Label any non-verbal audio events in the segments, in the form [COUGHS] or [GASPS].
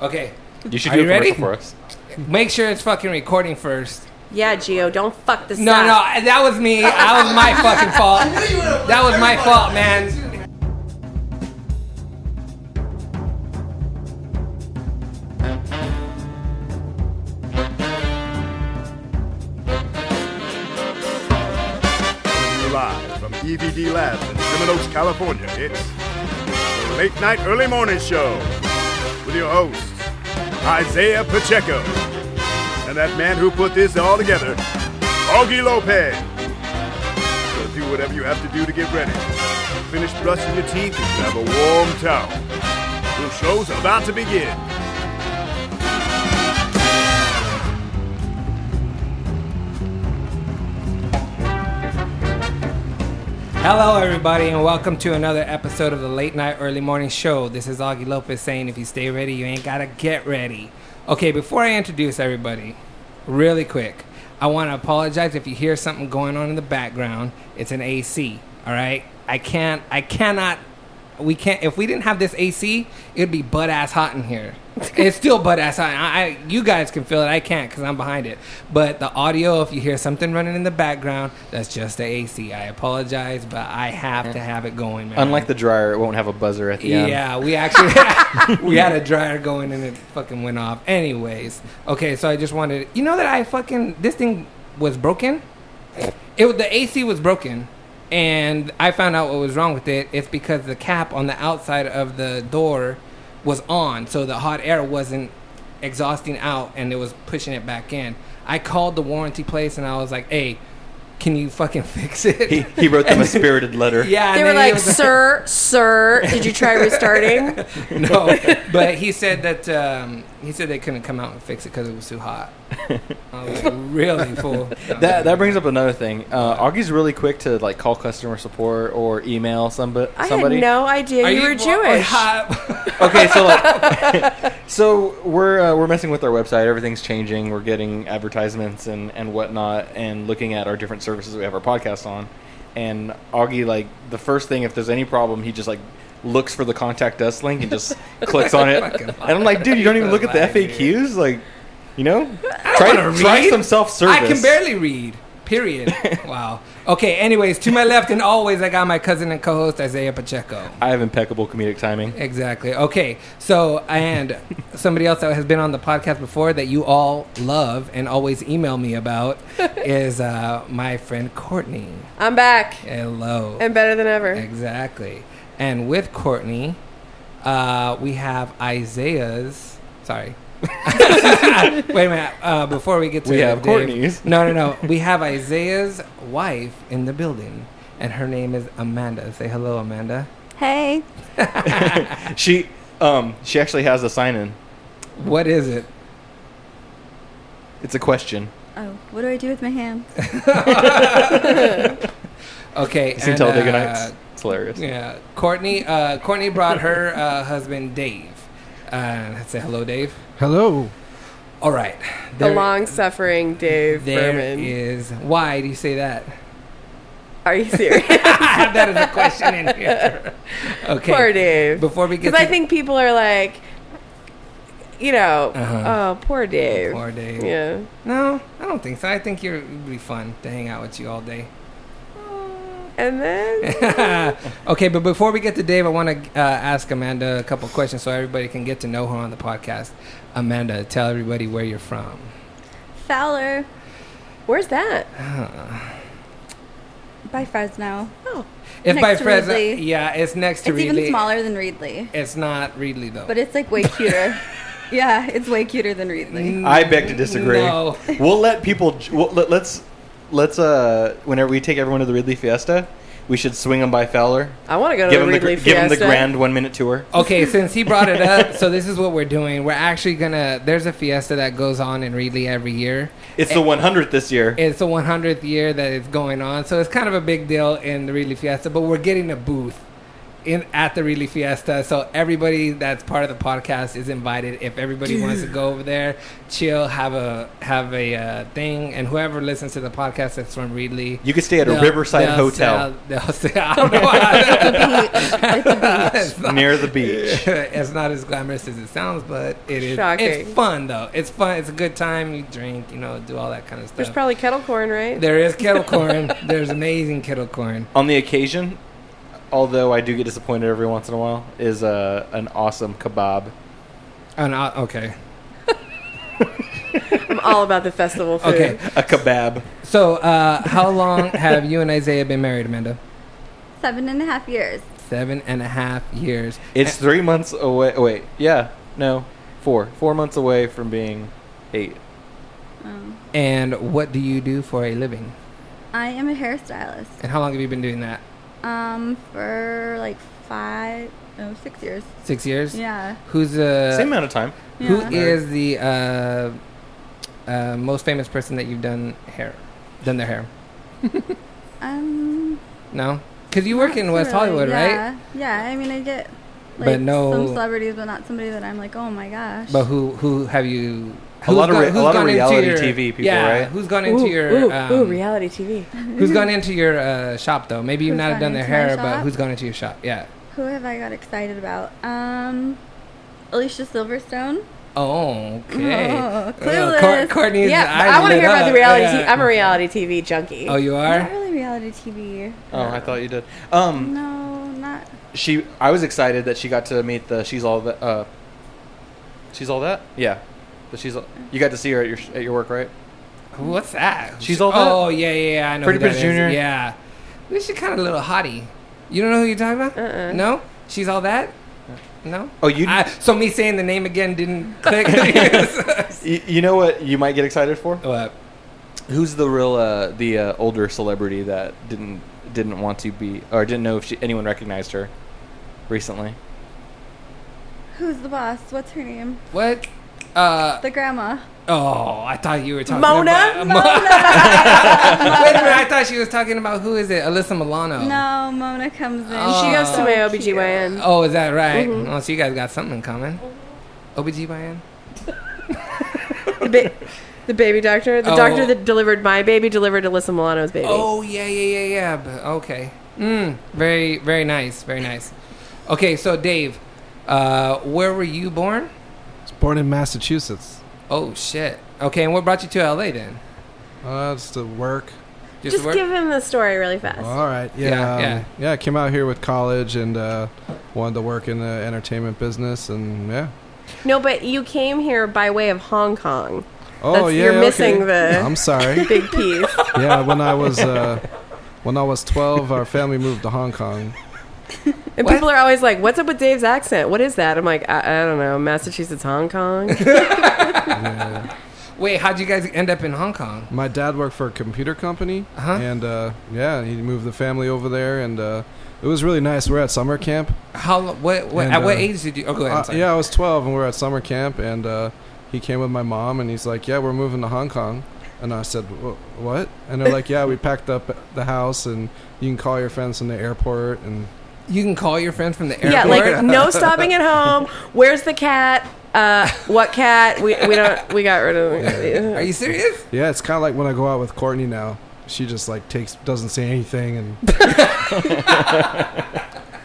Okay, You should Are do you a commercial ready? for us. make sure it's fucking recording first. Yeah, Gio, don't fuck this No, up. no, that was me. That was my fucking fault. That was my fault, man. Live from E EVD Labs in Sherman Oaks, California, it's the Late Night Early Morning Show with your host, Isaiah Pacheco, and that man who put this all together, Augie Lopez. So do whatever you have to do to get ready. Finish brushing your teeth and grab a warm towel. Your show's about to begin. Hello, everybody, and welcome to another episode of the Late Night Early Morning Show. This is Augie Lopez saying, if you stay ready, you ain't gotta get ready. Okay, before I introduce everybody, really quick, I want to apologize if you hear something going on in the background. It's an AC, all right? I can't, I cannot, we can't, if we didn't have this AC, it'd be butt ass hot in here. it's still butt ass hot. I, I, you guys can feel it. I can't because I'm behind it. But the audio, if you hear something running in the background, that's just the AC. I apologize, but I have to have it going, man. Unlike the dryer, it won't have a buzzer at the Yeah, end. we actually [LAUGHS] we had a dryer going and it fucking went off. Anyways, okay, so I just wanted you know that I fucking this thing was broken. It was- the AC was broken, and I found out what was wrong with it. It's because the cap on the outside of the door was on, so the hot air wasn't exhausting out, and it was pushing it back in. I called the warranty place, and I was like, "Hey, can you fucking [LAUGHS] fix it?" He, he [LAUGHS] wrote them a spirited letter. yeah, and They were then he like, was sir, sir, did you try [LAUGHS] restarting? [LAUGHS] no, but he said that um, he said they couldn't come out and fix it because it was too hot. I was [LAUGHS] like, really fool. That, that brings up another thing. Uh, Augie's really quick to like call customer support or email somebody. I had somebody. no idea Are oh, you, were Jewish. Hot? [LAUGHS] Okay, so like, [LAUGHS] so we're uh, we're messing with our website. Everything's changing. We're getting advertisements and and whatnot, and looking at our different services we have our podcast on. And Augie, like the first thing, if there's any problem, he just like looks for the contact us link [LAUGHS] and just clicks on it. Fucking And I'm like, dude, you don't even look at the lying, dude. FAQs, like, you know, try wanna try read. some self service. I can barely read. [LAUGHS] Period. Wow. Okay. Anyways, to my left and always, I got my cousin and co-host Isaiah Pacheco. I have impeccable comedic timing. Exactly. Okay. So, and somebody else that has been on the podcast before that you all love and always email me [LAUGHS] about is uh, my friend Courtney. I'm back Hello. and better than ever. Exactly. And with Courtney, uh, we have Isaiah's. Sorry. [LAUGHS] Wait a minute. Uh, before we get to We have Dave- Courtney's. No, no, no. We have Isaiah's wife in the building, and her name is Amanda. Say hello, Amanda. Hey. She um she actually has a sign in. What is it? It's a question. Oh, what do I do with my hands? Okay. You seen and, Talladega uh, Nights? It's hilarious. Yeah, Courtney. Uh, Courtney brought her uh, husband Dave. Uh, say hello, Dave. Hello. All right. The long suffering Dave there Berman. is. Why do you say that? Are [LAUGHS] you serious? I have that as a question in here. Okay. Poor Dave. Before we get Because to I think people are like, you know, Uh-huh. oh, poor Dave. Poor Dave. Yeah. No, I don't think so. I think you're, it'd be fun to hang out with you all day. [LAUGHS] And then, okay, but before we get to Dave, I want to uh, ask Amanda a couple questions so everybody can get to know her on the podcast. Amanda, tell everybody where you're from. Fowler where's that? by Fresno. Oh, It's Next by to Fresno. Ridley. Yeah, it's next to It's Ridley. even smaller than Reedley, It's not Ridley though. but it's [LAUGHS] like [LAUGHS] way cuter. yeah, it's way cuter than Mm. Reedley. I beg to disagree. No. [LAUGHS] We'll let people. j- We'll, let, let's let's uh whenever we take everyone to the Ridley Fiesta, we should swing them by Fowler. I want to go to Give the them the, Ridley gr- give 'em the Fiesta. grand one minute tour. Okay, since he brought it up, so this is what we're doing. We're actually gonna. There's a fiesta that goes on in Ridley every year. It's the 100th this year. It's the 100th year that it's going on, so it's kind of a big deal in the Ridley Fiesta. But we're getting a booth in at the Really Fiesta. So everybody that's part of the podcast is invited. If everybody wants to go over there, chill, have a have a uh, thing, and whoever listens to the podcast that's from Reedley. You could stay at a they'll- Riverside they'll hotel sell- they'll sell- [LAUGHS] I don't know. why- [LAUGHS] it's, [LAUGHS] not, near the beach. it's not [LAUGHS] as glamorous as it sounds, but it is. Shocking. It's fun though. It's fun. It's a good time. You drink, you know, do all that kind of stuff. There's probably kettle corn, right? There is kettle corn. There's amazing kettle corn. On the occasion, although I do get disappointed every once in a while, is uh, an awesome kebab. Oh, no, okay. I'm all about the festival food. Okay. A kebab. So, uh, how long have you and Isaiah been married, Amanda? Seven and a half years. Seven and a half years. It's three months away. Wait, yeah, no, four. Four months away from being eight. Um, And what do you do for a living? I am a hairstylist. And how long have you been doing that? Um, for like five, no, six years. Six years. Yeah. Who's the Uh, Same amount of time. Who Yeah. is the uh, uh, most famous person that you've done hair, done their hair? Um. No, because you work in not West really. Hollywood, yeah. right? Yeah. I mean, I get But like no- some celebrities, but not somebody that I'm like, oh my gosh. But who who have you? A lot of who's re- a who's lot of gone into reality your- TV people, yeah, right? Who's gone into Ooh, your ooh, um, ooh, reality TV. Who's gone into your uh, shop though? Maybe you've Who's not gone done their into my hair, but shop? who's gone into your shop? Yeah. Who have I got excited about? Um, Alicia Silverstone. Oh, okay. Oh, Cor- clueless. Courtney's Yeah, eyes but I want to lit hear about up. the reality. Yeah. TV. I'm a reality TV junkie. Oh, you Not are. really reality TV. Oh, I thought you did. Um, No, not. she. I was excited that she got to meet the. She's all that. Uh, she's all that. Yeah, but she's. all- You got to see her at your at your work, right? What's that? She's all that? Oh yeah, yeah. yeah I know. Pretty who that Prince is. Jr.? Yeah. Well, She's kind of a little hottie. You don't know who you're talking about? Uh-uh. No. She's all that. No. Oh, you. I, so me saying the name again didn't [LAUGHS] click. [LAUGHS] Yes. you, you know what you might get excited for? what? Who's the real uh, the uh, older celebrity that didn't didn't want to be or didn't know if she, anyone recognized her recently? Who's the boss? What's her name? What? Uh, The grandma. oh, I thought you were talking Mona? about Mona. [LAUGHS] Wait a minute, I thought she was talking about who is it? Alyssa Milano. Oh. no, Mona comes in. Oh. she goes to my So cute. OBGYN. Oh, is that right? Mhm. Oh, so you guys got something in common. OBGYN? The, ba- the baby doctor. The Oh. doctor that delivered my baby delivered Alyssa Milano's baby. Oh, yeah, yeah, yeah, yeah. But okay. Mm, very, very nice. Very nice. Okay, so Dave, uh, where were you born? was born in Massachusetts. Oh, shit. Okay, and what brought you to LA then? Uh, it's the work. Just work? give him the story really fast. all right. Yeah. Yeah, um, yeah. yeah, I came out here with college and uh, wanted to work in the entertainment business, and yeah. No, but you came here by way of Hong Kong. Oh That's- yeah. you're missing okay. the- [LAUGHS] I'm sorry. [LAUGHS] Big piece. yeah. When I was uh, when I was 12, our family moved to Hong Kong. And What? people are always like, "What's up with Dave's accent? What is that?" I'm like, "I, I don't know, Massachusetts, [LAUGHS] Hong Kong." Yeah. Wait, how'd you guys end up in Hong Kong? uh, My dad worked for a computer company, Uh-huh. and uh, yeah, he moved the family over there, and uh, it was really nice. We're at summer camp. How? lo- What? what And, at what uh, age did you? Oh, go ahead. I'm Uh, sorry. yeah, I was 12, and we were at summer camp, and uh, he came with my mom, and he's like, "Yeah, we're moving to Hong Kong," and I said, "Wh- "What?" And they're like, "Yeah, we packed up the house, and you can call your friends from the airport." And You can call your friends from the airport. yeah, like no stopping at home. Where's the cat? Uh, what cat? We, we don't. We got rid Are of. you serious? yeah, it's kind of like when I go out with Courtney now; she just like takes doesn't say anything, [LAUGHS] and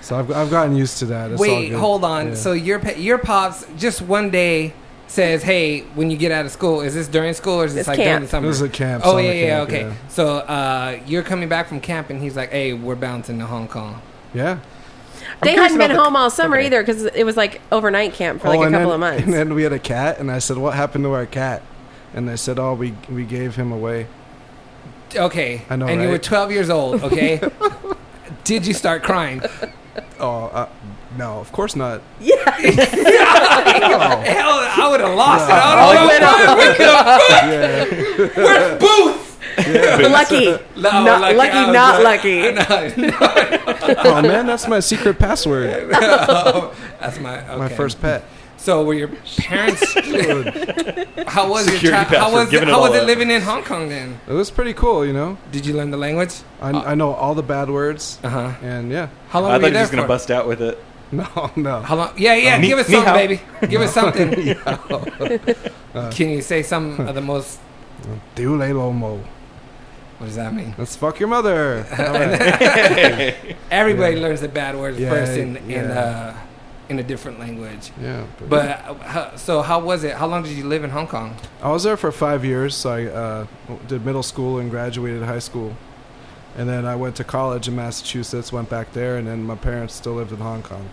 so I've, I've gotten used to that. It's all Wait, good. hold on. Yeah. So your pa- your pops just one day says, "Hey, when you get out of school, is this during school or is this It's like during camp. the summer?" It was a camp, Oh summer yeah, yeah, camp, okay. yeah. So uh, you're coming back from camp, and he's like, "Hey, we're bouncing to Hong Kong." yeah. They hadn't been the- home all summer Okay. either 'cause either because it was like overnight camp for like Oh, a and couple then- of months. [LAUGHS] And then we had a cat, and I said, "What happened to our cat?" And they said, "Oh, we we gave him away." Okay, I know, And you were right? 12 years [LAUGHS] old. Okay, did you start crying? Oh, uh, no, of course not. Oh. Hell, I would have lost it. All you- I don't know. What the [LAUGHS] Yeah. fuck? Where's Booth? lucky, [LAUGHS] No, not lucky, I was not like- lucky. [LAUGHS] oh man, that's my secret password. oh, that's my okay. My first pet. So were your [LAUGHS] parents? it How was your Security child- How pastor, was giving it how all was it up. living in Hong Kong then? was pretty cool, you know. Did you learn the language? I, Uh, I know all the bad words, Uh huh. and yeah, [LAUGHS] How long Uh-huh. I were thought you he there was for? going to bust out with it. no, no. How long? Yeah, yeah. Uh, give ni- us something, ni hao. baby. Give us something. [LAUGHS] [LAUGHS] Can you say some of the most? Do lay low mo. What does that mean? Let's fuck your [LAUGHS] mother. All right. Everybody Yeah. learns the bad words Yeah, first in in yeah. uh, in a different language. yeah, But uh, how- so, how was it? How long did you live in Hong Kong? I was there for five years. So I uh, did middle school and graduated high school, and then I went to college in Massachusetts. Went back there, and then my parents still lived in Hong Kong.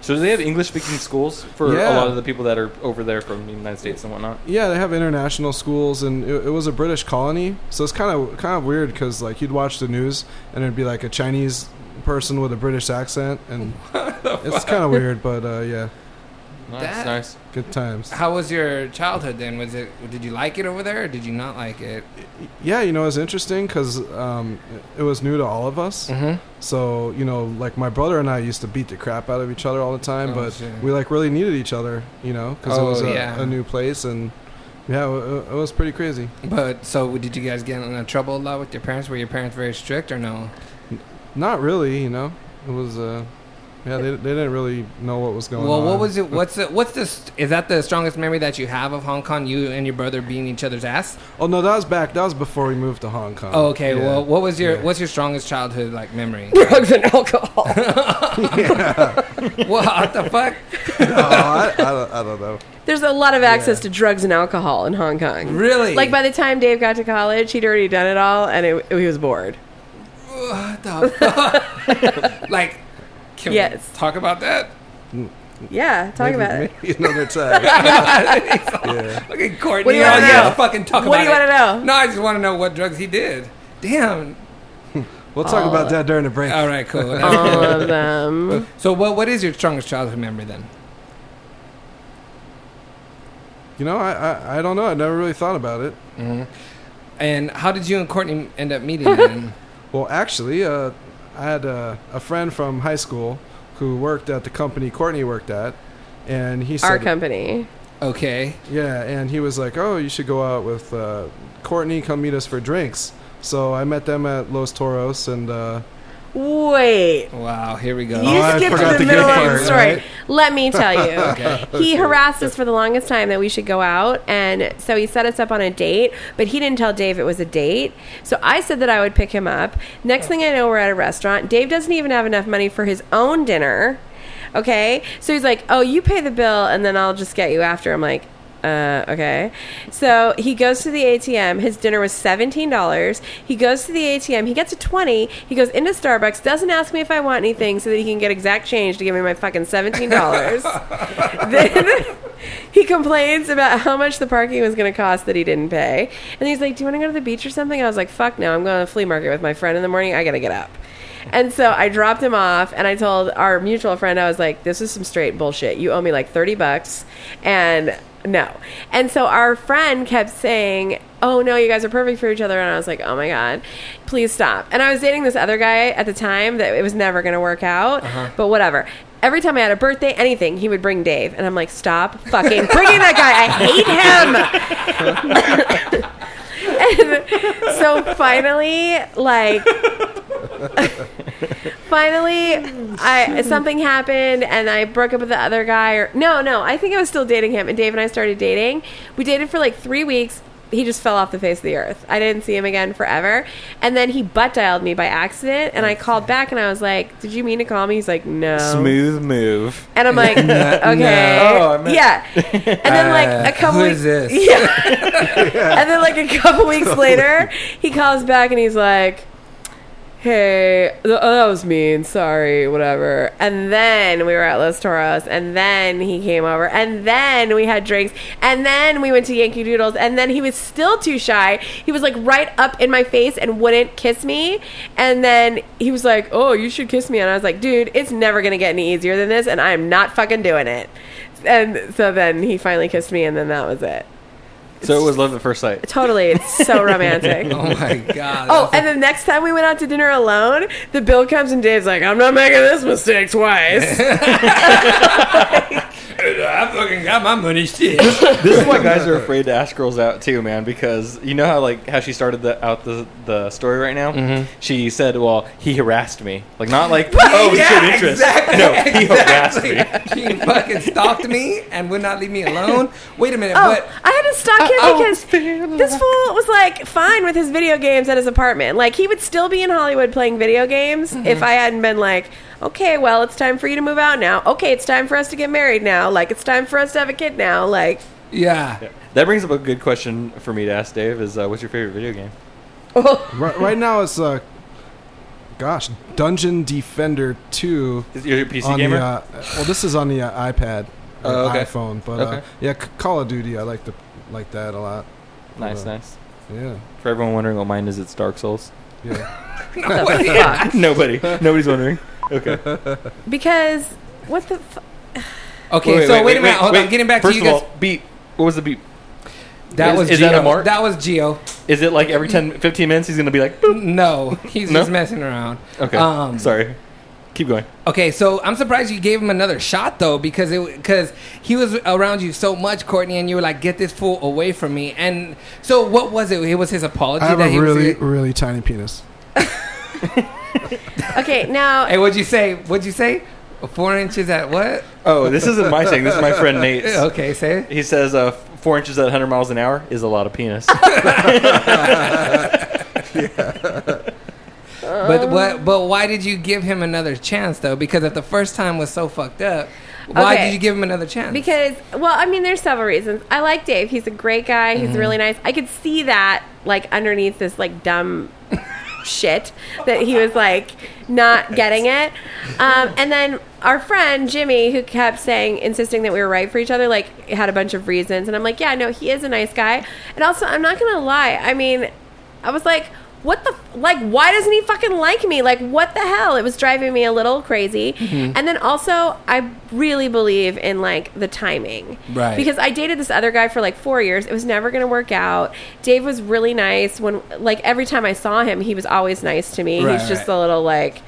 So do they have English speaking schools for a Yeah. lot of the people that are over there from the United States and whatnot? Yeah, they have international schools, and it, it was a British colony, so it's kind of kind of weird because like you'd watch the news, and it'd be like a Chinese person with a British accent, and [LAUGHS] it's kind of weird, but uh, yeah, Nice, That- nice. good times. How was your childhood then? Was it? Did you like it over there, or did you not like it? Yeah, you know, it's interesting because um, it it was new to all of us. Mm-hmm. So you know, like my brother and I used to beat the crap out of each other all the time, Oh, but shit. we like really needed each other, you know, because Oh, it was a, yeah. a new place, and yeah, it, it was pretty crazy. But so, did you guys get in trouble a lot with your parents? Were your parents very strict or no? Not really, you know, it was. Uh, yeah, they, they didn't really know what was going well, on. what was it? What's the, what's this? Is that the strongest memory that you have of Hong Kong? You and your brother beating each other's ass. Oh no, that was back. That was before we moved to Hong Kong. Oh, okay. Yeah. Well, [LAUGHS] what was your Yeah. what's your strongest childhood like [LAUGHS] memory? Drugs and alcohol. what the fuck? No, I, [LAUGHS] Oh, I, don't, I don't know. There's a lot of access to drugs and alcohol in Hong Kong. Really? Like by the time Dave got to college, he'd already done it all, and it, he was bored. What the fuck? [LAUGHS] like, can Yes. we talk about that? Yeah, talk Maybe- about [LAUGHS] it. maybe [LAUGHS] another time. Okay, Courtney. What do you oh, wanna yeah, know? fucking talk What about do you it. wanna know? No, I just want to know what drugs he did. Damn. We'll talk about that during the break. All right, [LAUGHS] cool. [LAUGHS] Uh-huh. All of them. so, what what is your strongest childhood memory then? You know, I, I I don't know. I never really thought about it. And how did you and Courtney end up meeting? [LAUGHS] then? Well, actually, uh, I had a, a friend from high school who worked at the company Courtney worked at, and he said, Our company. Okay. yeah, and he was like, "Oh, you should go out with uh, Courtney. Come meet us for drinks." So I met them at Los Toros, and uh, Wait. Wow. Here we go. Oh, You Oh, I skipped to forgot the the middle good of part, the story. right? Let me tell you. [LAUGHS] Okay. He harassed us for the longest time that we should go out. And so he set us up on a date, but he didn't tell Dave it was a date. So I said that I would pick him up. Next thing I know, we're at a restaurant. Dave doesn't even have enough money for his own dinner. Okay. So he's like, oh, you pay the bill and then I'll just get you after. I'm like, uh, okay. So he goes to the ATM. His dinner was $17. He goes to the ATM. He gets a 20. He goes into Starbucks, doesn't ask me if I want anything so that he can get exact change to give me my fucking $17. [LAUGHS] then he complains about how much the parking was going to cost that he didn't pay. And he's like, Do you want to go to the beach or something? I was like, Fuck no. I'm going to the flea market with my friend in the morning. I got to get up. And so I dropped him off and I told our mutual friend, I was like, this is some straight bullshit. You owe me like 30 bucks. And no. And so our friend kept saying, oh no, you guys are perfect for each other. And I was like, oh my God, please stop. And I was dating this other guy at the time that it was never going to work out, but whatever. Every time I had a birthday, anything, he would bring Dave. And I'm like, stop fucking bringing that guy. I hate him. [LAUGHS] so finally, like, [LAUGHS] finally, I something happened, and I broke up with the other guy. Or no, no, I think I was still dating him, and Dave and I started dating. We dated for like three weeks. He just fell off the face of the earth. I didn't see him again forever. And then he butt dialed me by accident, and I called back and I was like, "Did you mean to call me?" He's like, "No." Smooth move. And I'm like, okay, Oh, I meant- yeah. And then Uh, like a couple who weeks, is this? [LAUGHS] Yeah. and then like a couple weeks later, he calls back and he's like, "Hey, th- oh, that was mean. Sorry, whatever." And then we were at Los Toros, and then he came over, and then we had drinks, and then we went to Yankee Doodles, and then he was still too shy. He was like right up in my face and wouldn't kiss me, and then he was like, "Oh, you should kiss me," and I was like, "Dude, it's never gonna get any easier than this, and I'm not fucking doing it." And so then he finally kissed me, and then that was it. So it was love at first sight. Totally, it's so romantic. Oh my [LAUGHS] god. Oh, and the next time we went out to dinner alone, the [LAUGHS] bill comes and Dave's like, "I'm not making this mistake twice." I fucking got my money shit. This is why [LAUGHS] guys are afraid to ask girls out too, man. Because you know how like how she started the, out the the story right now. Mm-hmm. She said, "Well, he harassed me." Like [LAUGHS] not like oh, we showed interest. Exactly, [LAUGHS] no, he exactly. harassed me. She fucking stalked me and would not leave me alone. Wait a minute, Oh, but I had to Uh, stalk I- I oh. him was feeling because [LAUGHS] this fool was like fine with his video games at his apartment. Like he would still be in Hollywood playing video games Mm-hmm. if I hadn't been like, okay, well, it's time for you to move out now. Okay, it's time for us to get married now. Like it's time for us to have a kid now. Like [LAUGHS] yeah, That brings up a good question for me to ask Dave: Is uh, what's your favorite video game? Oh, [LAUGHS] right, right now it's uh, gosh, Dungeon Defender Two Is you're a PC on gamer? the. Uh, well, this is on the uh, iPad, or Oh, okay. iPhone, but uh, Okay. yeah, C- Call of Duty. I like the like that a lot. nice, uh, nice. Yeah, For everyone wondering what mine is, it's Dark Souls. [LAUGHS] yeah. No way. Nobody, nobody's wondering. Okay. because what the f- Okay, so wait, a minute. Hold on, getting back First to you guys. of all, beep. What was the beep? that is- was is Geo. that a mark? That was Geo. Is it like every 10, 15 minutes he's gonna be like, boop? No, he's No? just messing around. Okay. Um, Sorry. Keep going. Okay, so I'm surprised you gave him another shot though, because it because he was around you so much, Courtney, and you were like, "Get this fool away from me." And so, what was it? It was his apology I have that a he really was. really tiny penis. okay now Hey, what'd you say? What'd you say? Four inches at what? Oh, this isn't my thing. This is my [LAUGHS] friend Nate's. Okay, say. it. He says uh, f- four inches at 100 miles an hour is a lot of [LAUGHS] penis. Um, But what? But why did you give him another chance though? Because if the first time was so fucked up, why Okay. did you give him another chance? Because, well, I mean, there's several reasons. I like Dave. He's a great guy. He's really nice. I could see that, like, underneath this, like, dumb shit that he was, like, not getting it. Um, and then our friend, Jimmy, who kept saying, insisting that we were right for each other, like, had a bunch of reasons. And I'm like, yeah, no, he is a nice guy. And also, I'm not going to lie. I mean, I was like, what the f- like why doesn't he fucking like me like what the hell it was driving me a little crazy and then also i really believe in like the timing Right. because i dated this other guy for like four years it was never gonna work out dave was really nice when like every time i saw him he was always nice to me Right, he's just right. a little like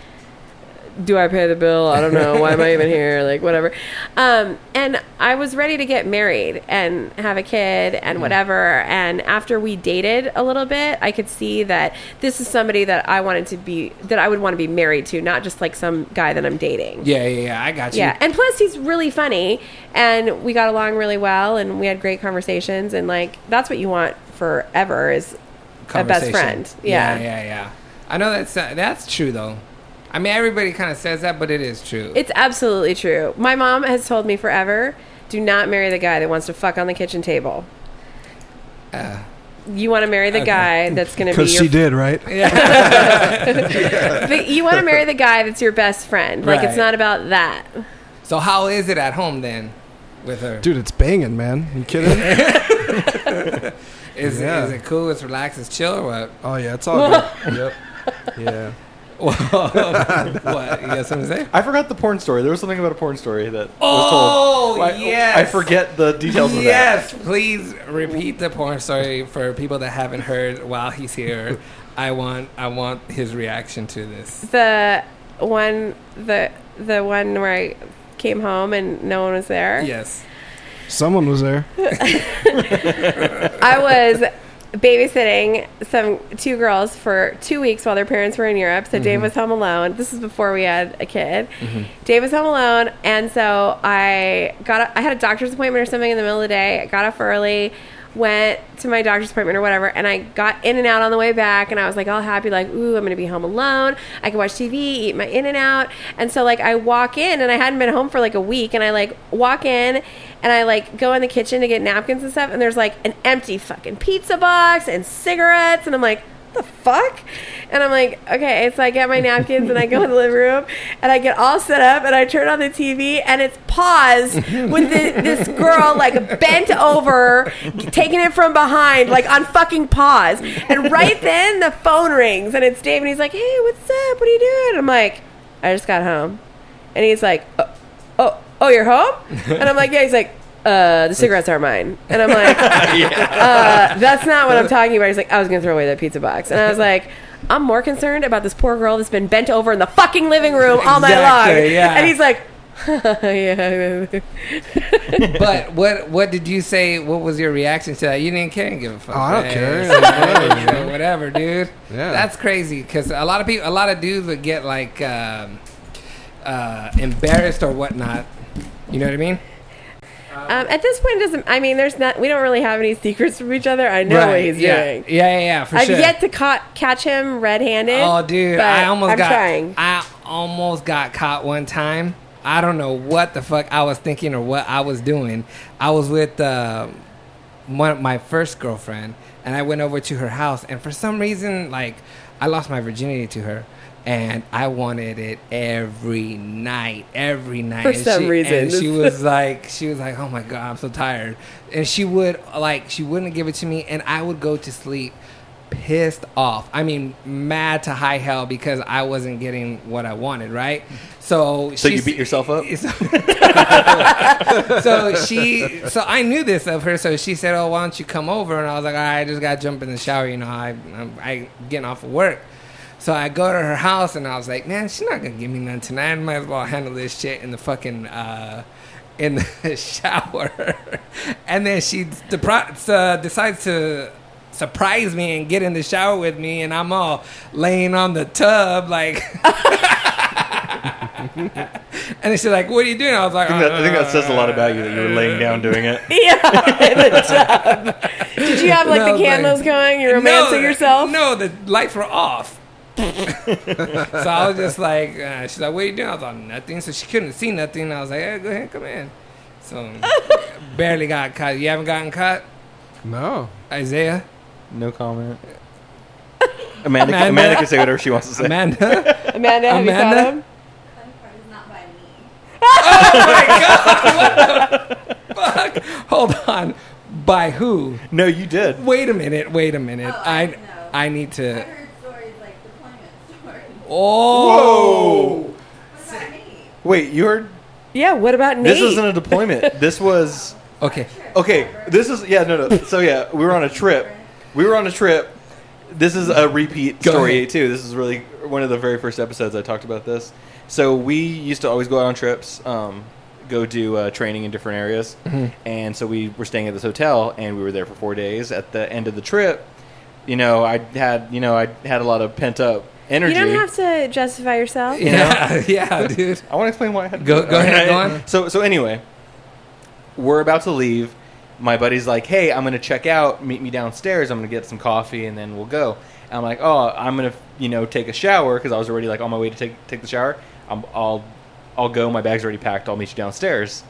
do I pay the bill? I don't know. Why am I even here? Like, whatever. Um, and I was ready to get married and have a kid and whatever. And after we dated a little bit, I could see that this is somebody that I wanted to be, that I would want to be married to, not just like some guy that I'm dating. yeah, yeah, yeah. I got you. Yeah, and plus he's really funny, and we got along really well, and we had great conversations, and like that's what you want forever is a best conversation. friend. Yeah. yeah, yeah, yeah. I know that's that's true though. I mean, everybody kind of says that, but it is true. It's absolutely true. My mom has told me forever, do not marry the guy that wants to fuck on the kitchen table. you want to marry the Uh, okay. guy that's going [LAUGHS] to be Because your she did, right? but you want to marry the guy that's your best friend. Like Right. it's not about that. so how is it at home then with her? Dude, it's banging, man. You kidding? Is, Yeah. is it cool? It's relaxed. It's chill. Or what? oh yeah, it's all [LAUGHS] good. yep. Yeah. what? You got something to say? I forgot the porn story. There was something about a porn story that Oh, was told. I- yes. I forget the details of that. Yes, please repeat the porn story for people that haven't heard while he's here. I want, I want his reaction to this. The one the the one where I came home and no one was there. Yes. Someone was there. I was babysitting some two girls for two weeks while their parents were in Europe. So Dave was home alone. This is before we had a kid. Dave was home alone, and so I got a, I had a doctor's appointment or something in the middle of the day. I got off early. Went to my doctor's appointment or whatever, and I got in and out on the way back, and I was like all happy, like, ooh, I'm gonna be home alone. I can watch TV, eat my in and out. And so, like, I walk in, and I hadn't been home for like a week, and I like walk in, and I like go in the kitchen to get napkins and stuff, and there's like an empty fucking pizza box and cigarettes, and I'm like, the fuck? And I'm like, okay. So I get my napkins and I go in the living room and I get all set up and I turn on the TV and it's paused with the, this girl like bent over, taking it from behind, like on fucking pause. And right then the phone rings and it's Dave and he's like, hey, what's up? What are you doing? I'm like, I just got home. And he's like, oh, oh, oh you're home? And I'm like, yeah. He's like, uh, the cigarettes are mine. And [LAUGHS] I'm like, uh, that's not what I'm talking about. He's like, I was going to throw away that pizza box. And I was like, I'm more concerned about this poor girl that's been bent over in the fucking living room all night long. Exactly, yeah. And he's like, [LAUGHS] yeah. But what what did you say? What was your reaction to that? You didn't care and give a fuck. Oh, I don't right? care. So, hey, you know, whatever, dude. Yeah. that's crazy because a lot of people, a lot of dudes would get like um, uh, embarrassed or whatnot. You know what I mean? Um, at this point, it doesn't I mean? There's not. We don't really have any secrets from each other. I know what he's yeah. doing. Yeah, yeah, yeah. For I've sure. yet to ca- catch him red-handed. Oh, dude, but I almost I'm got. trying. I almost got caught one time. I don't know what the fuck I was thinking or what I was doing. I was with uh, one, my first girlfriend, and I went over to her house, and for some reason, like, I lost my virginity to her. And I wanted it every night, every night. For And some she, reason. and she was like, she was like, oh my god, I'm so tired. And she would like, she wouldn't give it to me, and I would go to sleep pissed off. I mean, mad to high hell because I wasn't getting what I wanted, right? So, So you she's- beat [LAUGHS] yourself up? so she, so I knew this of her. So she said, "Oh, why don't you come over?" And I was like, "All right, I just got to jump in the shower. You know, I, I'm I getting off of work." So I go to her house and I was like, "Man, she's not gonna give me none tonight. I might as well handle this shit in the fucking uh, in the [LAUGHS] shower." and then she depri- uh, decides to surprise me and get in the shower with me, and I'm all laying on the tub like. [LAUGHS] And then she's like, "What are you doing?" I was like, I think, that, I think that says a lot about you that you were laying down [LAUGHS] doing it. [LAUGHS] yeah, in the tub. Did you have like No, the candles like- going? You're romancing no, yourself. No, the lights were [LAUGHS] off. so I was just like, uh, she's like, "What are you doing?" I was like, "Nothing." So she couldn't see nothing. I was like, "Hey, go ahead, come in." [LAUGHS] So barely got caught. You haven't gotten caught, No. Isaiah, No comment. Amanda, Amanda? Amanda, can say whatever she wants to say. Amanda. [LAUGHS] Amanda, have you Amanda? caught him? not by me. Fuck. Hold on. By who? No, you did. Wait a minute. Wait a minute. Oh, I I know. I need to. heard stories like deployment stories. Oh. Whoa! What about me? Wait, you heard? Yeah. What about Nate? This isn't a deployment. this was Okay. okay. This is yeah. No, no. So yeah, we were on a trip. We were on a trip. This is a repeat Go story ahead. too. This is really one of the very first episodes I talked about this. So we used to always go out on trips, um, go do uh, training in different areas, Mm-hmm. and so we were staying at this hotel, and we were there for four days. At the end of the trip, you know, I had you know I had a lot of pent up You energy. don't have to justify yourself. You know? yeah. [LAUGHS] Yeah, dude. I want to explain why I had to Go- do it. go ahead, Alright. go on. [LAUGHS] So so anyway, we're about to leave. My buddy's like, "Hey, I'm gonna check out. Meet me downstairs. I'm gonna get some coffee, and then we'll go." And I'm like, "Oh, I'm gonna you know take a shower because I was already like on my way to take take the shower. I'm, I'll I'll go. My bag's already packed. I'll meet you downstairs."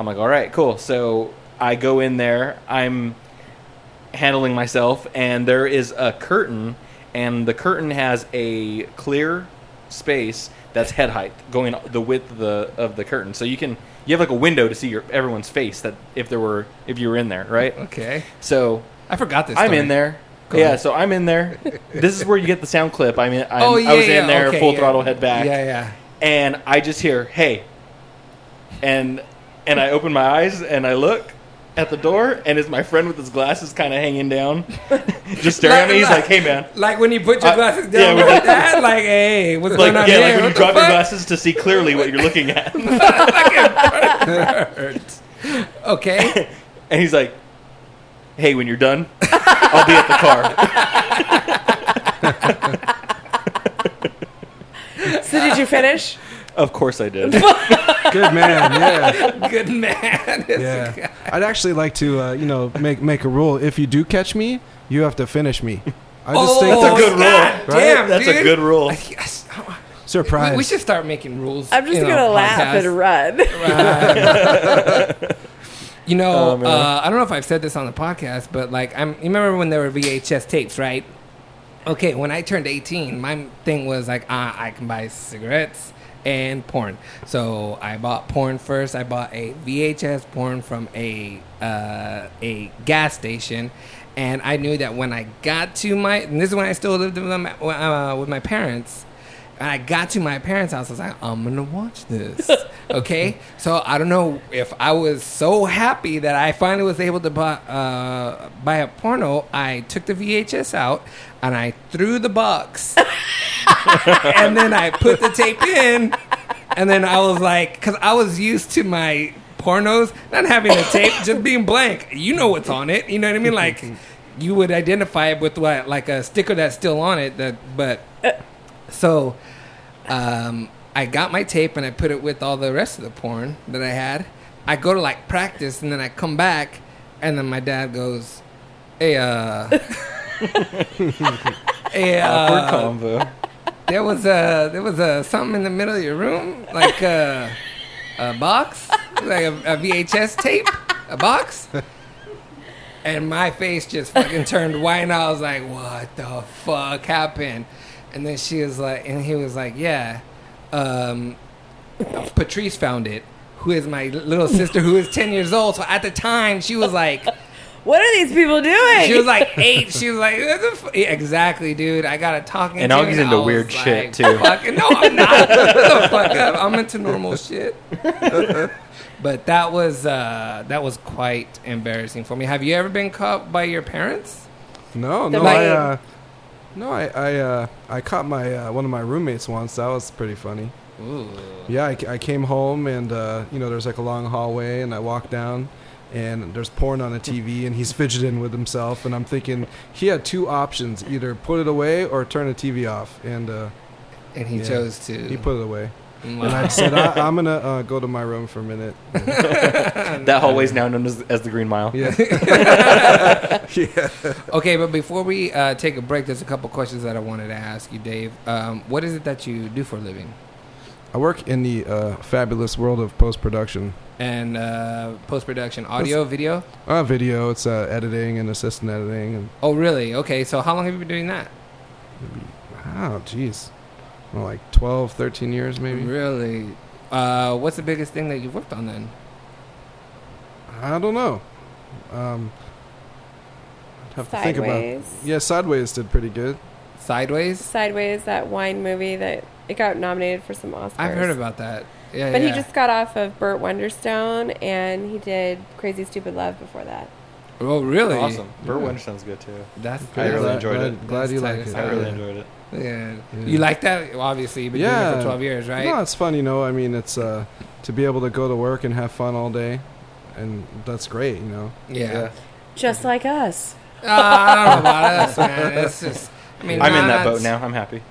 I'm like, "All right, cool." So I go in there. I'm handling myself, and there is a curtain, and the curtain has a clear space that's head height, going the width of the of the curtain. So you can you have like a window to see your everyone's face that if there were if you were in there, right? Okay. So I forgot this. I'm story. in there. Go yeah, ahead. so I'm in there. this is where you get the sound clip. I'm in. I'm, oh yeah. I was yeah, in there, okay, full yeah. throttle, head back Yeah. Yeah. and I just hear "Hey," and and I open my eyes and I look at the door, and it's my friend with his glasses kind of hanging down, [LAUGHS] just staring at me. He's like, "Hey, man." Like when you put your Uh, glasses yeah, down we like did. that, like, hey, what's Like going on yeah, here? like when you What the drop your fuck? glasses to see clearly what you're looking at, [LAUGHS] Okay. and he's like, "Hey, when you're done, I'll be at the car." So did you finish? [LAUGHS] of course, I did. Good man. Yeah. Good man. [LAUGHS] Yeah. I'd actually like to, uh, you know, make make a rule. If you do catch me, you have to finish me. I just think That's a good God rule. Damn, That's dude. a good rule. surprise. We, we should start making rules. I'm just in gonna our laugh podcast. and run. [LAUGHS] You know, Oh, man. uh, I don't know if I've said this on the podcast, but like, I'm. You remember when there were VHS tapes, right? Okay, when I turned 18, my thing was like, ah, I can buy cigarettes and porn. So I bought porn first. I bought a VHS porn from a uh, a gas station, and I knew that when I got to my, and this is when I still lived with my, uh, with my parents. And I got to my parents' house. I was like, I'm gonna watch this. okay, so I don't know if I was so happy that I finally was able to buy, uh, buy a porno. I took the VHS out and I threw the box, and then I put the tape in, and then I was like, because I was used to my pornos not having a tape, just being blank. You know what's on it. You know what I mean? Like you would identify it with what, like a sticker that's still on it. That but so um, I got my tape and I put it with all the rest of the porn that I had. I go to like practice and then I come back and then my dad goes, "Hey, uh, [LAUGHS] hey, Awkward uh, combo. there was a there was a something in the middle of your room, like a, a box, like a, a VHS tape, a box." And my face just fucking turned white, and I was like, "What the fuck happened?" And then she was like, and he was like, "Yeah, um, Patrice found it. Who is my little sister? Who is ten years old? So at the time, she was like." What are these people doing? She was like eight. She was like, "What the f-" Yeah, exactly, dude. I got a talking. And to, Augie's into I was weird like, shit, too. Fucking, no, I'm not. Shut the fuck up. I'm into normal [LAUGHS] shit. but that was uh, that was quite embarrassing for me. Have you ever been caught by your parents? No, The no, like- I, uh, no, I, I, uh, I caught my uh, one of my roommates once. That was pretty funny. Ooh. Yeah, I, ca- I came home and uh, you know there's like a long hallway, and I walked down, and there's porn on a TV, and he's fidgeting with himself, and I'm thinking he had two options: either put it away or turn the TV off, and uh, And he Yeah. chose to. he put it away. Wow. And I said, I, I'm gonna uh, go to my room for a minute. That hallway's now known as, as the Green Mile. Yeah, [LAUGHS] [LAUGHS] okay, but before we uh, take a break, there's a couple questions that I wanted to ask you, Dave. Um, what is it that you do for a living? I work in the uh, fabulous world of post production. And uh, post production, audio, video. Uh, video, it's uh, editing and assistant editing, and Oh, really? Okay. So how long have you been doing that? oh, jeez, well, like 12, 13 years maybe. Really? Uh, what's the biggest thing that you've worked on then? I don't know. Um, I'd have to think Sideways. about. Yeah, Sideways did pretty good. Sideways? Sideways, that wine movie that it got nominated for some Oscars. I've heard about that. Yeah, But yeah. he just got off of Burt Wonderstone, and he did Crazy Stupid Love before that. Oh, really? Awesome. Burt Yeah. Winter sounds good too. That's I really glad, good. enjoyed glad, it. Glad you That's like it. tight. I really Yeah. enjoyed it. Yeah. Yeah. You like that? Obviously, you've been doing it Yeah. for 12 years, right? No, it's fun. You know, I mean, it's uh, to be able to go to work and have fun all day, and that's great. You know. yeah. Just like us. Uh, I don't know about us, man. It's just. [LAUGHS] I mean, I'm in that not- boat now. I'm happy.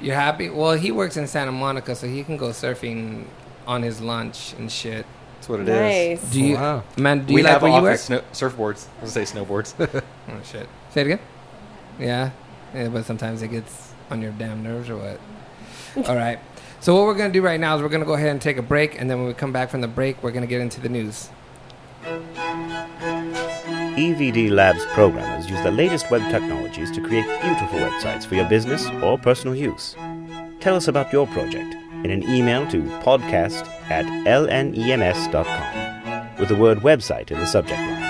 You're happy? Well, he works in Santa Monica, so he can go surfing on his lunch and shit. That's what it is. nice. Do you, Wow. man? Do you we like have where you work? office sno- surfboards. I was gonna say snowboards. Oh shit! Say it again. Yeah, yeah, but sometimes it gets on your damn nerves or what? All right. So what we're gonna do right now is we're gonna go ahead and take a break, and then when we come back from the break, we're gonna get into the news. EVD E Labs programmers use the latest web technologies to create beautiful websites for your business or personal use. Tell us about your project in an email to podcast at E lnems.com with the word website in the subject line.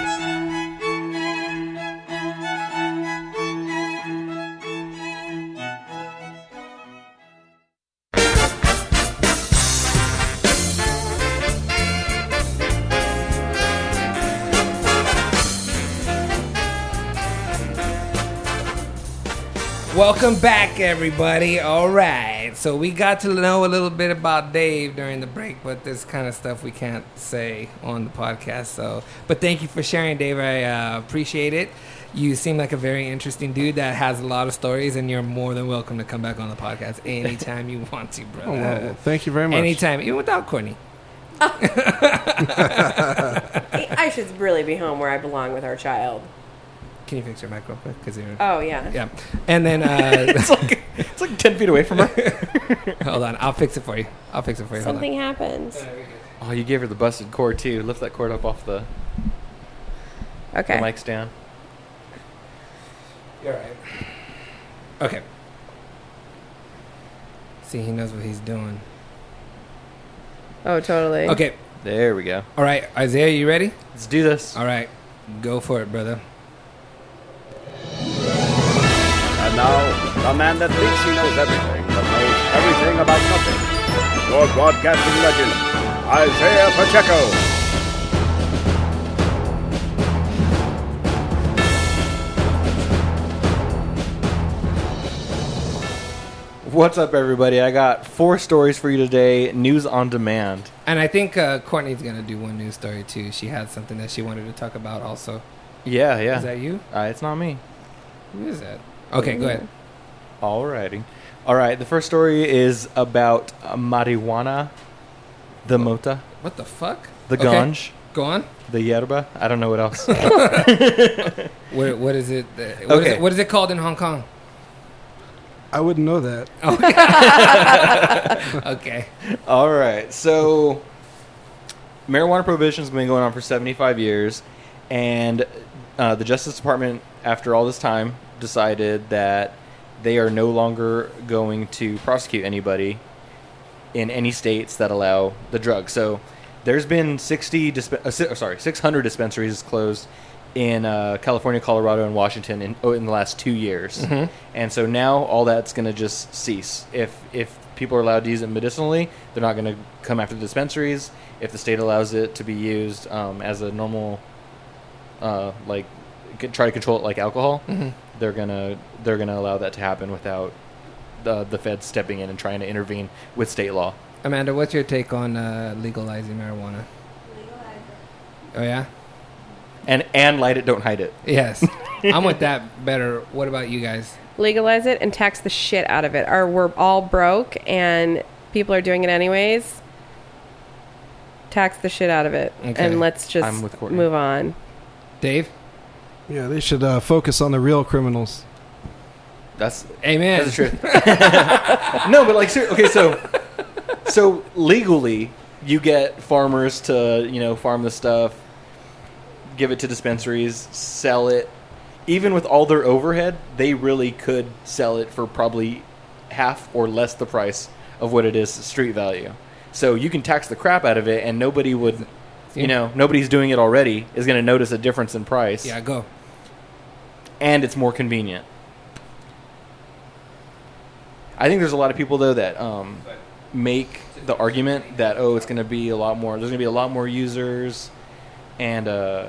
Welcome back, everybody. All right. So we got to know a little bit about Dave during the break, but this kind of stuff we can't say on the podcast. So, but thank you for sharing, Dave. I uh, appreciate it. You seem like a very interesting dude that has a lot of stories, and you're more than welcome to come back on the podcast anytime you want to, brother. Oh, well, Uh, well, thank you very much. Anytime, even without Courtney. I should really be home where I belong with our child. Can you fix your mic real quick? Because you're. Oh, yeah. yeah. And then, uh, [LAUGHS] [LAUGHS] it's like it's like ten feet away from her. hold on. I'll fix it for you. I'll fix it for you. Hold on. Something happens. [LAUGHS] Oh, you gave her the busted cord too. Lift that cord up off the, the Okay. mics down. You're right. Okay. See, he knows what he's doing. Oh, totally. Okay. There we go. All right, Isaiah, you ready? Let's do this. All right, go for it, brother. And now, the Oh, man that thinks he knows everything but knows everything about nothing. Your broadcasting legend, Isaiah Pacheco. What's up, everybody? I got four stories for you today. News on demand. And I think uh, Courtney's gonna do one news story too. She had something that she wanted to talk about. Also, Yeah, yeah. is that you? uh, it's not me. Who is that? Okay, go ahead. Alrighty. All right. The first story is about uh, marijuana, the mota, What the fuck? the Okay, ganj, Go on. the yerba. I don't know what else. [LAUGHS] What, what is it? that- What is Okay. it? What is it called in Hong [LAUGHS] Kong? Oh. I wouldn't know that. [LAUGHS] Okay. All right. So, marijuana prohibition has been going on for 75 years, and uh, the Justice Department, after all this time, decided that they are no longer going to prosecute anybody in any states that allow the drug. So, there's been 60 disp- uh, si- oh, sorry 600 dispensaries closed in uh, California, Colorado, and Washington in oh, in the last two years, and so now all that's going to just cease. If if people are allowed to use it medicinally, they're not going to come after the dispensaries. If the state allows it to be used um, as a normal, uh, like c- try to control it like alcohol, they're gonna they're gonna allow that to happen without the the feds stepping in and trying to intervene with state law. Amanda, what's your take on uh, legalizing marijuana? Oh yeah, And and light it, don't hide it. yes. I'm with that better. What about you guys? legalize it and tax the shit out of it or we're all broke and people are doing it anyways tax the shit out of it Okay. and let's just I'm with Courtney. move on Dave? Yeah, they should uh, focus on the real criminals. That's Amen. That's the truth. no, but like, ser- okay, so so legally, you get farmers to you know farm the stuff, give it to dispensaries, sell it. Even with all their overhead, they really could sell it for probably half or less the price of what it is street value. So you can tax the crap out of it, and nobody would, you know, nobody's doing it already is going to notice a difference in price. [LAUGHS] Yeah, go. and it's more convenient. I think there's a lot of people though that um, make the argument that oh, it's going to be a lot more. There's going to be a lot more users, and uh,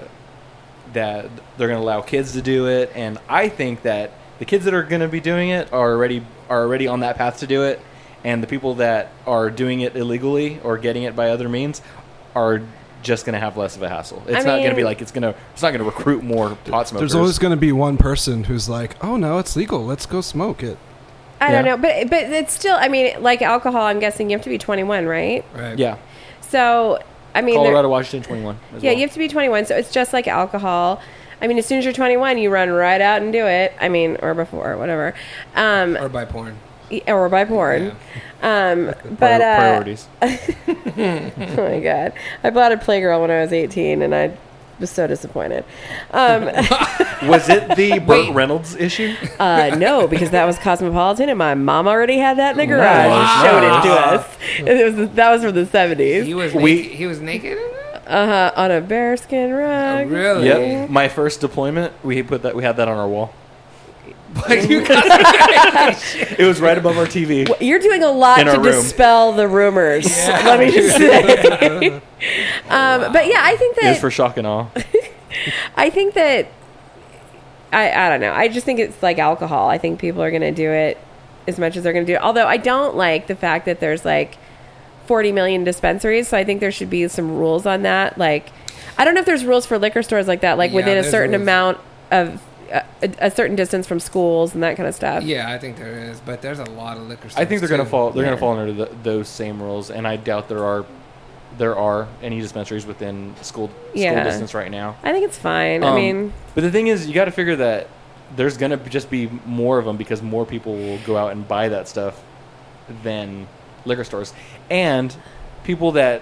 that they're going to allow kids to do it. And I think that the kids that are going to be doing it are already are already on that path to do it, and the people that are doing it illegally or getting it by other means are just going to have less of a hassle. It's not going to be mean- like it's going to it's not going to recruit more pot smokers. There's always going to be one person who's like, "Oh no, it's legal. Let's go smoke it." i Yeah. don't know but but it's still i mean like alcohol i'm guessing you have to be 21 right Right. yeah. so i mean there- Colorado, Washington, 21. as yeah well. you have to be 21 so it's just like alcohol i mean as soon as you're 21 you run right out and do it i mean or before whatever um Or by porn. y- or, by porn um Prior- but uh priorities. [LAUGHS] Oh my god! I bought a Playgirl when I was 18, and I was so disappointed. Um, Was it the Wait. Burt Reynolds issue? uh, no, because that was Cosmopolitan, and my mom already had that in the garage. Wow. and Showed it to us. [LAUGHS] And It was that was from the 70s He was We- naked, he was naked in it? uh, on a bearskin rug. Really? Yep. My first deployment, we put that we had that on our wall. But [LAUGHS] you guys It was right above our TV. You're doing a lot In to our room. dispel the rumors. Let me just say. [LAUGHS] um, But yeah, I think It that was for shock and awe. I think that I I don't know. I just think it's like alcohol. I think people are going to do it as much as they're going to do it. Although I don't like the fact that there's like 40 million dispensaries, so I think there should be some rules on that. Like I don't know if there's rules for liquor stores like that, like Yeah, within a there's certain rules. amount of a, a a certain distance from schools and that kind of stuff. Yeah, I think there is, but there's a lot of liquor I think they're stores, gonna too. fall. They're gonna fall under the, those same rules, and I doubt there are there are any dispensaries within school school Yeah. distance right now. I think it's fine. I Um, mean, but the thing is, you got to figure that there's gonna just be more of them because more people will go out and buy that stuff than liquor stores, and people that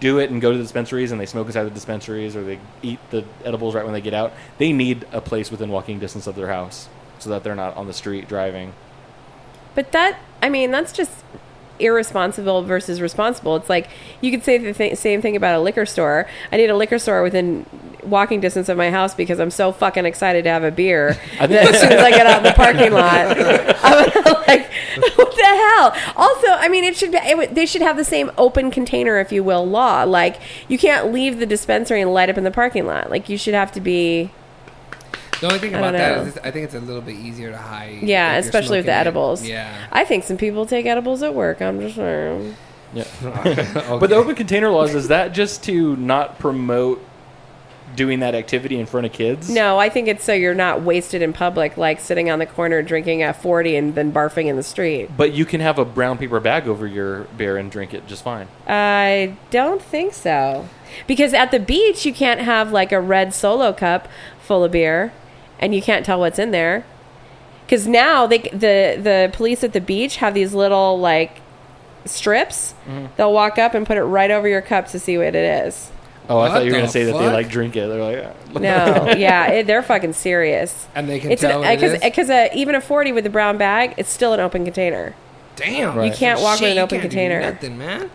do it and go to the dispensaries and they smoke inside the dispensaries or they eat the edibles right when they get out. They need a place within walking distance of their house so that they're not on the street driving. But that, I mean, that's just irresponsible versus responsible. It's like you could say the th- same thing about a liquor store. I need a liquor store within walking distance of my house because I'm so fucking excited to have a beer. I think [LAUGHS] that as soon as I get out of the parking lot, I'm like, what the hell? Also, I mean, it should be, it would they should have the same open container, if you will, law. Like you can't leave the dispensary and light up in the parking lot. Like you should have to be. The only thing I don't about that know. is it's- I think it's a little bit easier to hide. Yeah, if you're especially with the smoking it. edibles. Yeah. [LAUGHS] I think some people take edibles at work. I'm just saying. Yeah. Okay. But the open container laws is that just to not promote doing that activity in front of kids? No, I think it's so you're not wasted in public, like sitting on the corner drinking a 40 and then barfing in the street. But you can have a brown paper bag over your beer and drink it just fine. I don't think so. Because at the beach, you can't have like a red solo cup full of beer and you can't tell what's in there. Because now they, the, the police at the beach have these little like strips. Mm-hmm. They'll walk up and put it right over your cup to see what it is. Oh, I What thought you were the gonna say that they fuck? like drink it. They're like, "Ah." No, [LAUGHS] yeah, it, they're fucking serious. and they can It's e- tell what it is. because even a 40 with a brown bag, it's still an open container. Damn, Right. You can't walk Shit, with an you open can't do container. nothing, man.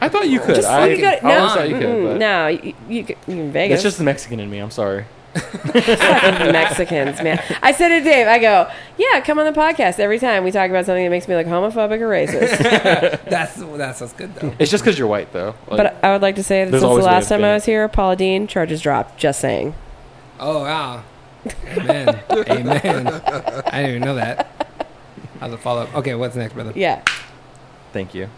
I thought you could. Just I, you got no. I always thought you could. Mm-mm, But no, you, you, could- you in Vegas. It's [LAUGHS] just the Mexican in me. I'm sorry. Mexicans, man. I said to Dave, I go, yeah, come on the podcast every time we talk about something that makes me like homophobic [LAUGHS] or racist. That's that's what's good though. It's just because you're white, though. Like, but I would like to say that There's since the always a way last of time getting I it. was here, Paula Dean charges dropped. Just saying. Oh wow, [LAUGHS] amen, amen. I didn't even know that. How's the follow up? Okay, what's next, brother? Yeah. Thank you.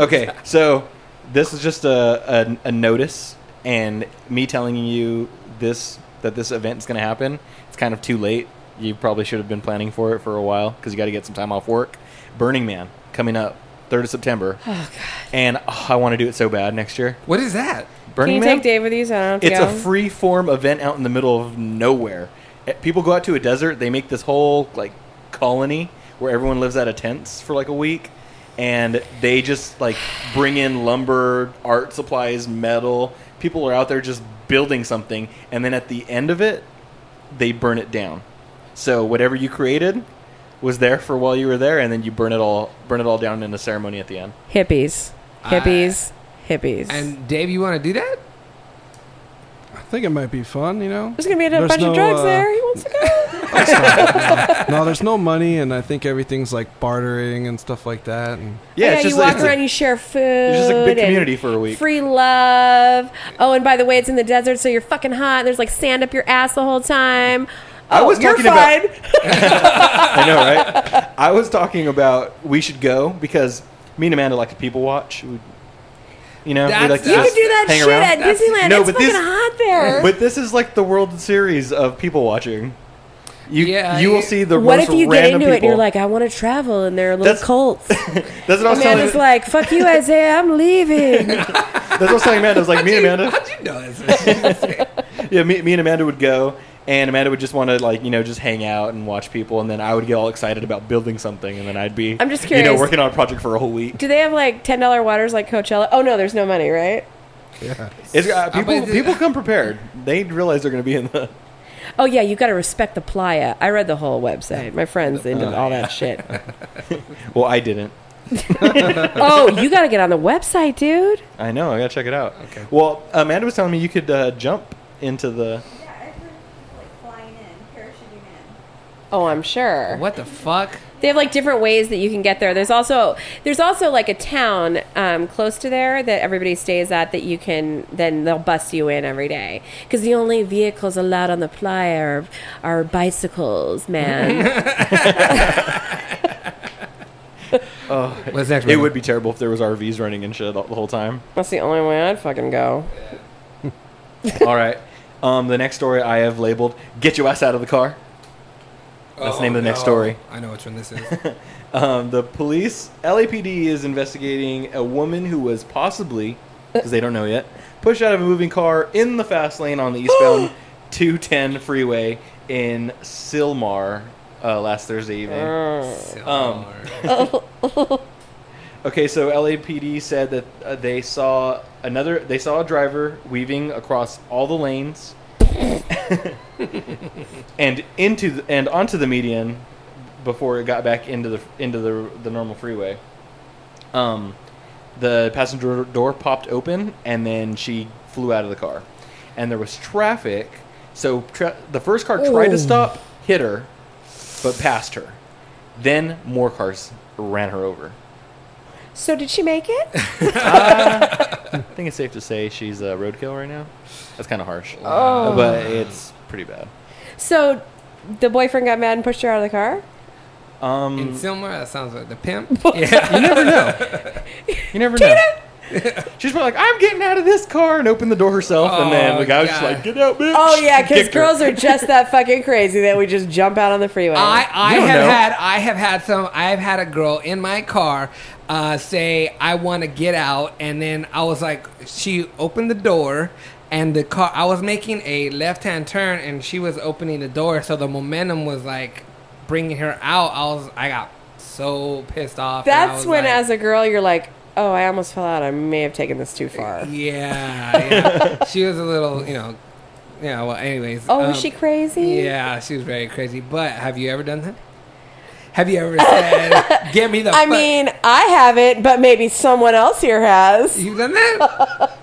Okay, so this is just a, a, a notice, and me telling you this that this event is going to happen. It's kind of too late. You probably should have been planning for it for a while because you got to get some time off work. Burning Man coming up third of September. Oh God! And oh, I want to do it so bad next year. What is that? Can Burning you Man. take Dave with you so I don't have to It's go? a free form event out in the middle of nowhere. Eh, People go out to a desert. They make this whole like colony where everyone lives out of tents for like a week, and they just like bring in lumber, art supplies, metal. People are out there just building something, and then at the end of it, they burn it down. So whatever you created was there for while you were there, and then you burn it all burn it all down in a ceremony at the end. hippies, hippies, hippies. And Dave, you want to do that? I think it might be fun, you know. there's gonna be a There's bunch no, of drugs uh, there. He wants to go. No, there's no money, and I think everything's like bartering and stuff like that. And Oh, Yeah, you walk a- around, you share food. it's There's just a big community for a week. Free love. Oh, and by the way, it's in the desert, so you're fucking hot. There's like sand up your ass the whole time. Oh, I was you're talking about- fine. [LAUGHS] I know, right? I was talking about we should go because me and Amanda like to people watch. We, you know, we That's- like to you just could do that hang shit around. at Disneyland. No, it's but fucking this- hot there. But this is like the World Series of people watching. You Yeah, you you- will see the what most if you get random into it and people. you're like, I want to travel, and they're little That's- [LAUGHS] cults. that's what I was telling. Amanda's like, [LAUGHS] fuck you, Isaiah, I'm leaving. that's what I was telling Amanda. I was like, me and Amanda. How'd you know this? [LAUGHS] yeah, me, me and Amanda would go, and Amanda would just want to like you know just hang out and watch people, and then I would get all excited about building something, and then I'd be I'm just you know curious. working on a project for a whole week. Do they have like ten dollar waters like Coachella? Oh no, there's no money, right? It's, uh, I people bet- people come prepared. They realize they're going to be in the Oh yeah, you got to respect the playa. I read the whole website. My friends into all that [LAUGHS] shit. Well, I didn't. oh, [LAUGHS] you got to get on the website, dude. I know. I gotta check it out. Okay. Well, Amanda was telling me you could uh, jump into the. Yeah, I've heard people like flying in, parachuting in. Oh, I'm sure. what [LAUGHS] the fuck? They have like different ways that you can get there. There's also there's also like a town um, close to there that everybody stays at that you can then they'll bus you in every day because the only vehicles allowed on the playa are, are [LAUGHS] bicycles, man. What's next? oh, It brother? would be terrible if there was RVs running and shit all- the whole [LAUGHS] time. That's the only way I'd fucking go. all right. Um, the next story I have labeled "Get Your Ass Out of the Car." That's the name of the next story. Oh, I know which one [LAUGHS] this is. Um, the police, LAPD, is investigating a woman who was possibly, because they don't know yet, pushed out of a moving car in the fast lane on the [GASPS] eastbound 210 freeway in Silmar uh, last Thursday evening. Um, Okay, so LAPD said that uh, they saw another. They saw a driver weaving across all the lanes, [LAUGHS] and into the, and onto the median before it got back into the into the the normal freeway. Um, the passenger door popped open, and then she flew out of the car, and there was traffic. So tra- the first car tried to stop, hit her, but passed her. Then more cars ran her over. So did she make it? I think it's Oh. safe to say she's a roadkill right now. That's kind of harsh, but it's pretty bad. So the boyfriend got mad and pushed her out of the car. In Um, Silmar, that sounds like the [LAUGHS] pimp. yeah. you never know. You never know. [LAUGHS] She's probably like, I'm getting out of this car and opened the door herself. and then Oh, the guy was just God. like, get out, bitch. Oh yeah, because Kicked her. girls are just that fucking crazy that we just jump out on the freeway. I, I You don't have know. had I have had some I've had a girl in my car uh, say I want to get out and then I was like she opened the door and the car I was making a left hand turn and she was opening the door so the momentum was like bringing her out I was I got so pissed off and I That's was when, like, as a girl, you're like, oh, I almost fell out. I may have taken this too far. yeah, [LAUGHS] yeah. she was a little you know yeah well anyways Oh, um, was she crazy? Yeah, she was very crazy. But have you ever done that? Have you ever said, "Get me the"? [LAUGHS] I fuck-" mean, I haven't, but maybe someone else here has. you've done that.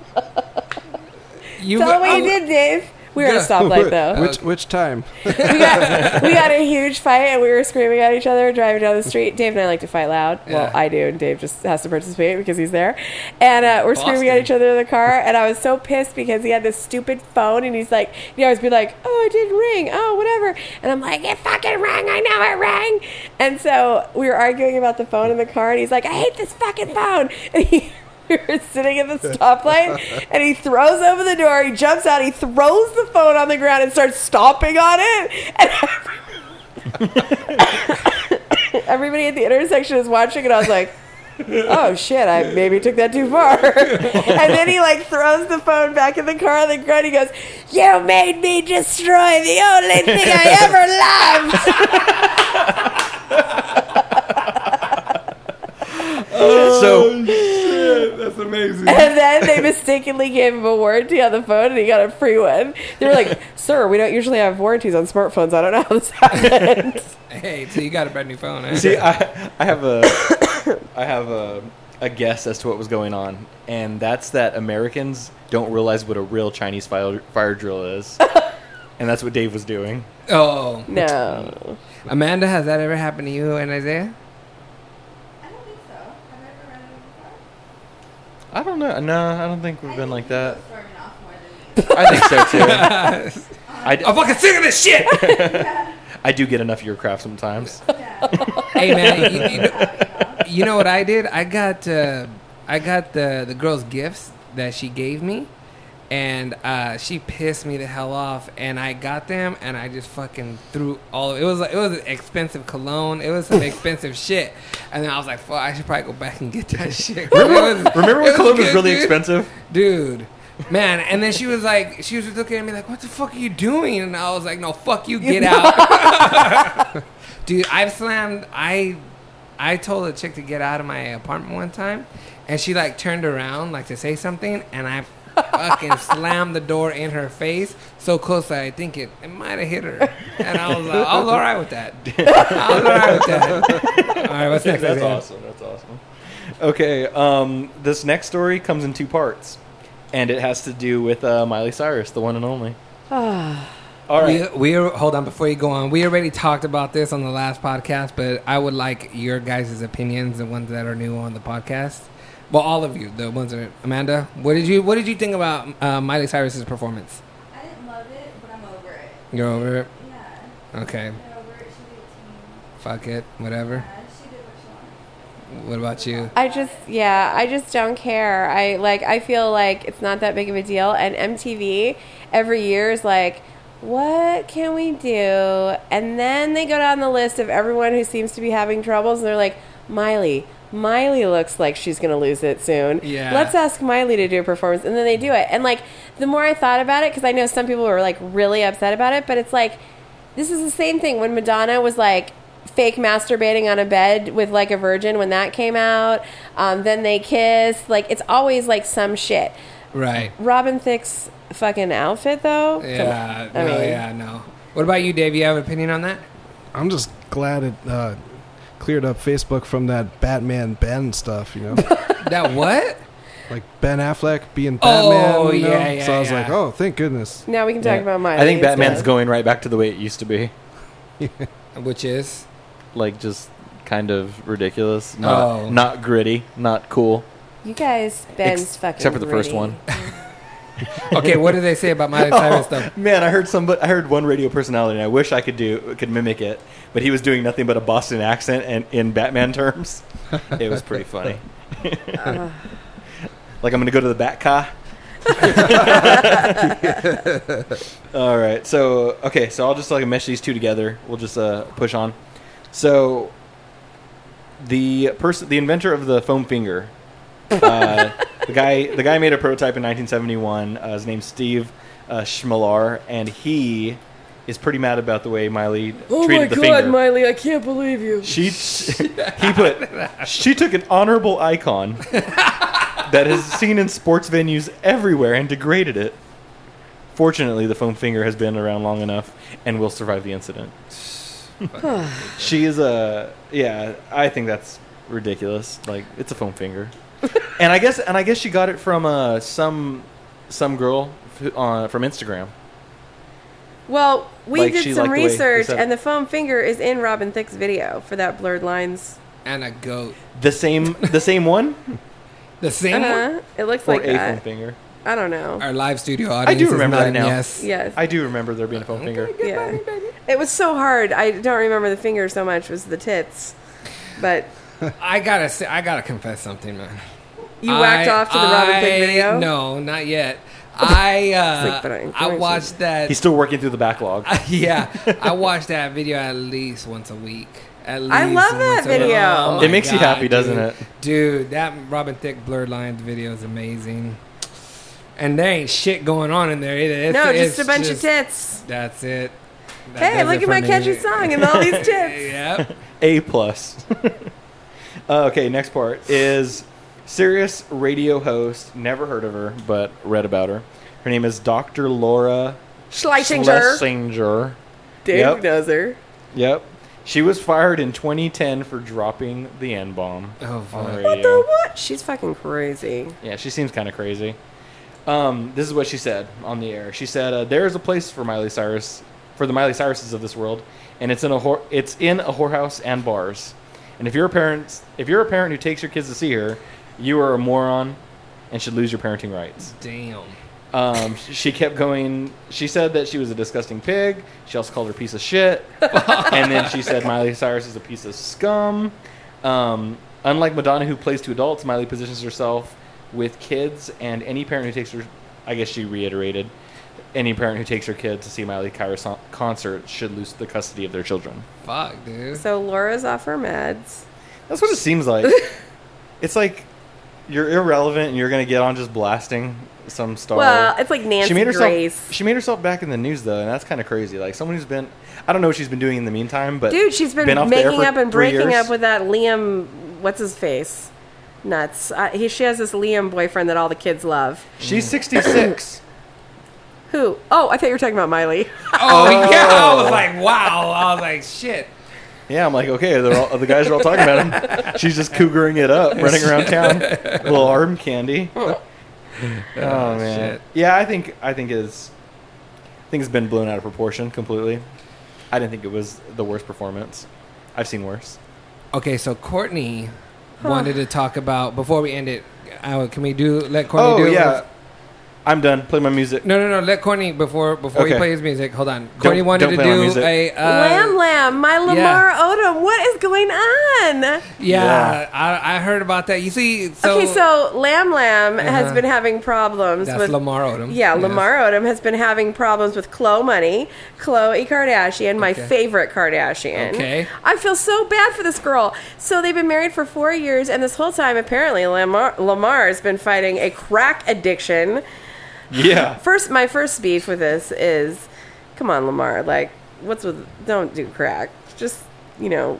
[LAUGHS] you Tell were- them what you oh, did, Dave. We were at a Yeah. [LAUGHS] stoplight, though. Which which time? [LAUGHS] we, got, [LAUGHS] we got in a huge fight and we were screaming at each other driving down the street. Dave and I like to fight loud. Well, Yeah. I do, and Dave just has to participate because he's there. And uh, we're screaming at Boston. each other in the car. And I was so pissed because he had this stupid phone and he's like, he always be like, oh, it didn't ring. Oh, whatever. And I'm like, it fucking rang. I know it rang. And so we were arguing about the phone in the car and he's like, I hate this fucking phone. [LAUGHS] And he. We were sitting at the stoplight, and he throws open the door. He jumps out. He throws the phone on the ground and starts stomping on it. And everybody [LAUGHS] at the intersection is watching, and I was like, "Oh shit! I maybe took that too far." [LAUGHS] and then he like throws the phone back in the car on the ground. He goes, "You made me destroy the only thing I ever loved." So That's amazing. And then they mistakenly gave him a warranty on the phone, and he got a free one. They were [LAUGHS] like, "Sir, we don't usually have warranties on smartphones. I don't know how this [LAUGHS] happened." [LAUGHS] Hey, so you got a brand new phone? Eh? See, I, I have a, [COUGHS] I have a, a guess as to what was going on, and that's that Americans don't realize what a real Chinese fire, fire drill [LAUGHS] is, and that's what Dave was doing. oh, No. Amanda, has that ever happened to you and Isaiah? I don't think so. I've never run I don't know. No, I don't think we've been like that. Storming off more than I think so [LAUGHS] too. I, d- I'm fucking sick of this shit. I do get enough of your crap [LAUGHS] sometimes. hey man, you, you [LAUGHS] know, you know what I did? I got uh, I got the the girl's gifts that she gave me, and uh, she pissed me the hell off. And I got them, and I just fucking threw all. Of, it was it was expensive cologne. It [LAUGHS] was some expensive shit. And then I was like, fuck, I should probably go back and get that [LAUGHS] shit. It was- Remember it when cologne was good, really dude? [LAUGHS] expensive? dude. Man, and then she was like, she was just looking at me like, "What the fuck are you doing?" And I was like, "No, fuck you, get out." dude, I've slammed. I, I told a chick to get out of my apartment one time, and she like turned around like to say something, and I fucking slammed the door in her face so close that I think it, it might have hit her, and I was like, "I was all right with that. I was all right with that." All right, what's next? That's Isaiah? awesome. That's awesome. Okay, um, this next story comes in two parts, and it has to do with uh, Miley Cyrus, the one and [SIGHS] only. All right. We, we are, hold on before you go on. We already talked about this on the last podcast, but I would like your guys' opinions, the ones that are new on the podcast. Well, all of you, the ones that are, Amanda. What did you What did you think about uh, Miley Cyrus's performance? I didn't love it, but I'm over it. You're over it. Yeah, Okay, I'm over it. She's 18. fuck it, whatever. Yeah, she did what she wanted. What about you? I just, yeah, I just don't care. I like, I feel like it's not that big of a deal. And MTV every year is like, what can we do? And then they go down the list of everyone who seems to be having troubles, and they're like, Miley. Miley looks like she's going to lose it soon. Yeah. Let's ask Miley to do a performance. And then they do it. And like, the more I thought about it, because I know some people were like really upset about it, but it's like, this is the same thing when Madonna was like fake masturbating on a bed with like a virgin when that came out. Um, then they kissed. Like it's always like some shit. Right? Robin Thicke's fucking outfit though. Yeah. Come on. I no. mean- Yeah. No. What about you, Dave? You have an opinion on that? I'm just glad it uh, cleared up Facebook from that Batman Ben [LAUGHS] stuff. You know, That what? like Ben Affleck being Oh, Batman. you know? yeah, yeah, So I was yeah. like, oh, thank goodness. Now we can talk Yeah. about mine. I think Batman's going right back to the way it used to be. Which is Like just kind of ridiculous, not Oh. not gritty, not cool. You guys, Ben's Ex- [LAUGHS] fucking. [LAUGHS] except for the first gritty. one. Okay, what do they say about [LAUGHS] Miley Cyrus stuff? Man, I heard somebody. I heard one radio personality, and I wish I could do could mimic it, but he was doing nothing but a Boston accent and in Batman terms. [LAUGHS] It was pretty funny. like I'm gonna go to the Batca. All right, so okay, so I'll just like mesh these two together. We'll just uh, push on. So the person, the inventor of the foam finger, uh, the guy, the guy made a prototype in 1971. Uh, his name's Steve uh, Schmalar, and he is pretty mad about the way Miley Oh treated the finger. Miley, I can't believe you. She, he put, she took an honorable icon that is seen in sports venues everywhere and degraded it. Fortunately, the foam finger has been around long enough and will survive the [SIGHS] incident. she is a yeah. I think that's ridiculous. Like it's a foam finger, and I guess and I guess she got it from uh, some some girl who- uh, from Instagram. Well, we Like, she did some liked the way they research, said- and the foam finger is in Robin Thicke's video for that blurred lines. And a goat. The same the same [LAUGHS] one The same one? Uh-huh. It looks or like a foam that. finger. I don't know. Our live studio audience. is remember that nodding now. Yes. Yes. I do remember there being a foam finger. yeah. It was so hard. I don't remember the finger so much. It was the tits. But I gotta say, I gotta confess something, man. you whacked I- off to the Robin Thicke I- video. No, not [LAUGHS] yet. I like, but I uh, I encourage watched that. He's still working through the backlog. [LAUGHS] yeah, [LAUGHS] I watch that video at least once a week. At least I love that once a week. Oh video. my It makes you happy, doesn't dude. it? Dude, that Robin Thicke Blurred Lines video is amazing. And there ain't shit going on in there either. It's, No, just it's a bunch just- of tits. That's it. That Hey, does look it at for my me. catchy [LAUGHS] song and all these tits. yep. A plus. [LAUGHS] Uh, okay, next part is serious radio host. Never heard of her, but read about her. Her name is Dr. Laura Schlesinger. Schlesinger. Dave Yep. knows her. Yep. She was fired in 2010 for dropping the N bomb. Oh, fuck. What the what? She's fucking crazy. Yeah, she seems kind of crazy. Um, this is what she said on the air. She said, uh, "There is a place for Miley Cyrus, for the Miley Cyruses of this world, and it's in a whore, it's in a whorehouse and bars. And if you're a parent, if you're a parent who takes your kids to see her, you are a moron, and should lose your parenting rights." Damn. Um, she kept going. She said that she was a disgusting pig. She also called her piece of shit. and then she said Miley Cyrus is a piece of scum. Um, unlike Madonna, who plays to adults, Miley positions herself with kids, and any parent who takes her, I guess she reiterated, any parent who takes her kid to see Miley Cyrus on- concert should lose the custody of their children. Fuck, dude. So Laura's off her meds. That's what it seems like. it's like you're irrelevant, and you're gonna get on just blasting some star. Well, it's like Nancy she made herself Grace. she made herself back in the news though, and that's kind of crazy. Like someone who's been I don't know what she's been doing in the meantime, but Dude, she's been, off the air making for up and three breaking years. up with that Liam. What's his face? Nuts. Uh, he, she has this Liam boyfriend that all the kids love. She's [CLEARS THROAT] 66. Who? Oh, I thought you were talking about Miley. Oh, [LAUGHS] yeah. I was like, wow. I was like, shit. yeah, I'm like, okay, they're all, the guys are all talking about him. She's just cougering it up, running [LAUGHS] around town, little arm candy. Oh, man, Oh, shit. yeah, I think I think it's I think it's been blown out of proportion completely. I didn't think it was the worst performance. I've seen worse. Okay, so Courtney wanted to talk about before we end it. Uh, can we do let Courtney do? it with- Oh, I'm done. Play my music. No, no, no. Let Courtney before before he Okay. plays music. Hold on. Courtney wanted don't to play my do music. a uh, Lamb Lamb, my Lamar yeah. Odom. What is going on? Yeah, Yeah. I, I heard about that. You see, so okay, so Lamb Lamb has Uh-huh. been having problems that's with Lamar Odom. Yeah, Yes. Lamar Odom has been having problems with Chloe Money, Chloe Kardashian, my Okay. favorite Kardashian. Okay. I feel so bad for this girl. So they've been married for four years, and this whole time, apparently, Lamar, Lamar has been fighting a crack addiction. [LAUGHS] Yeah. First, my first beef with this is, come on, Lamar. Like, what's with? Don't do crack. Just you know,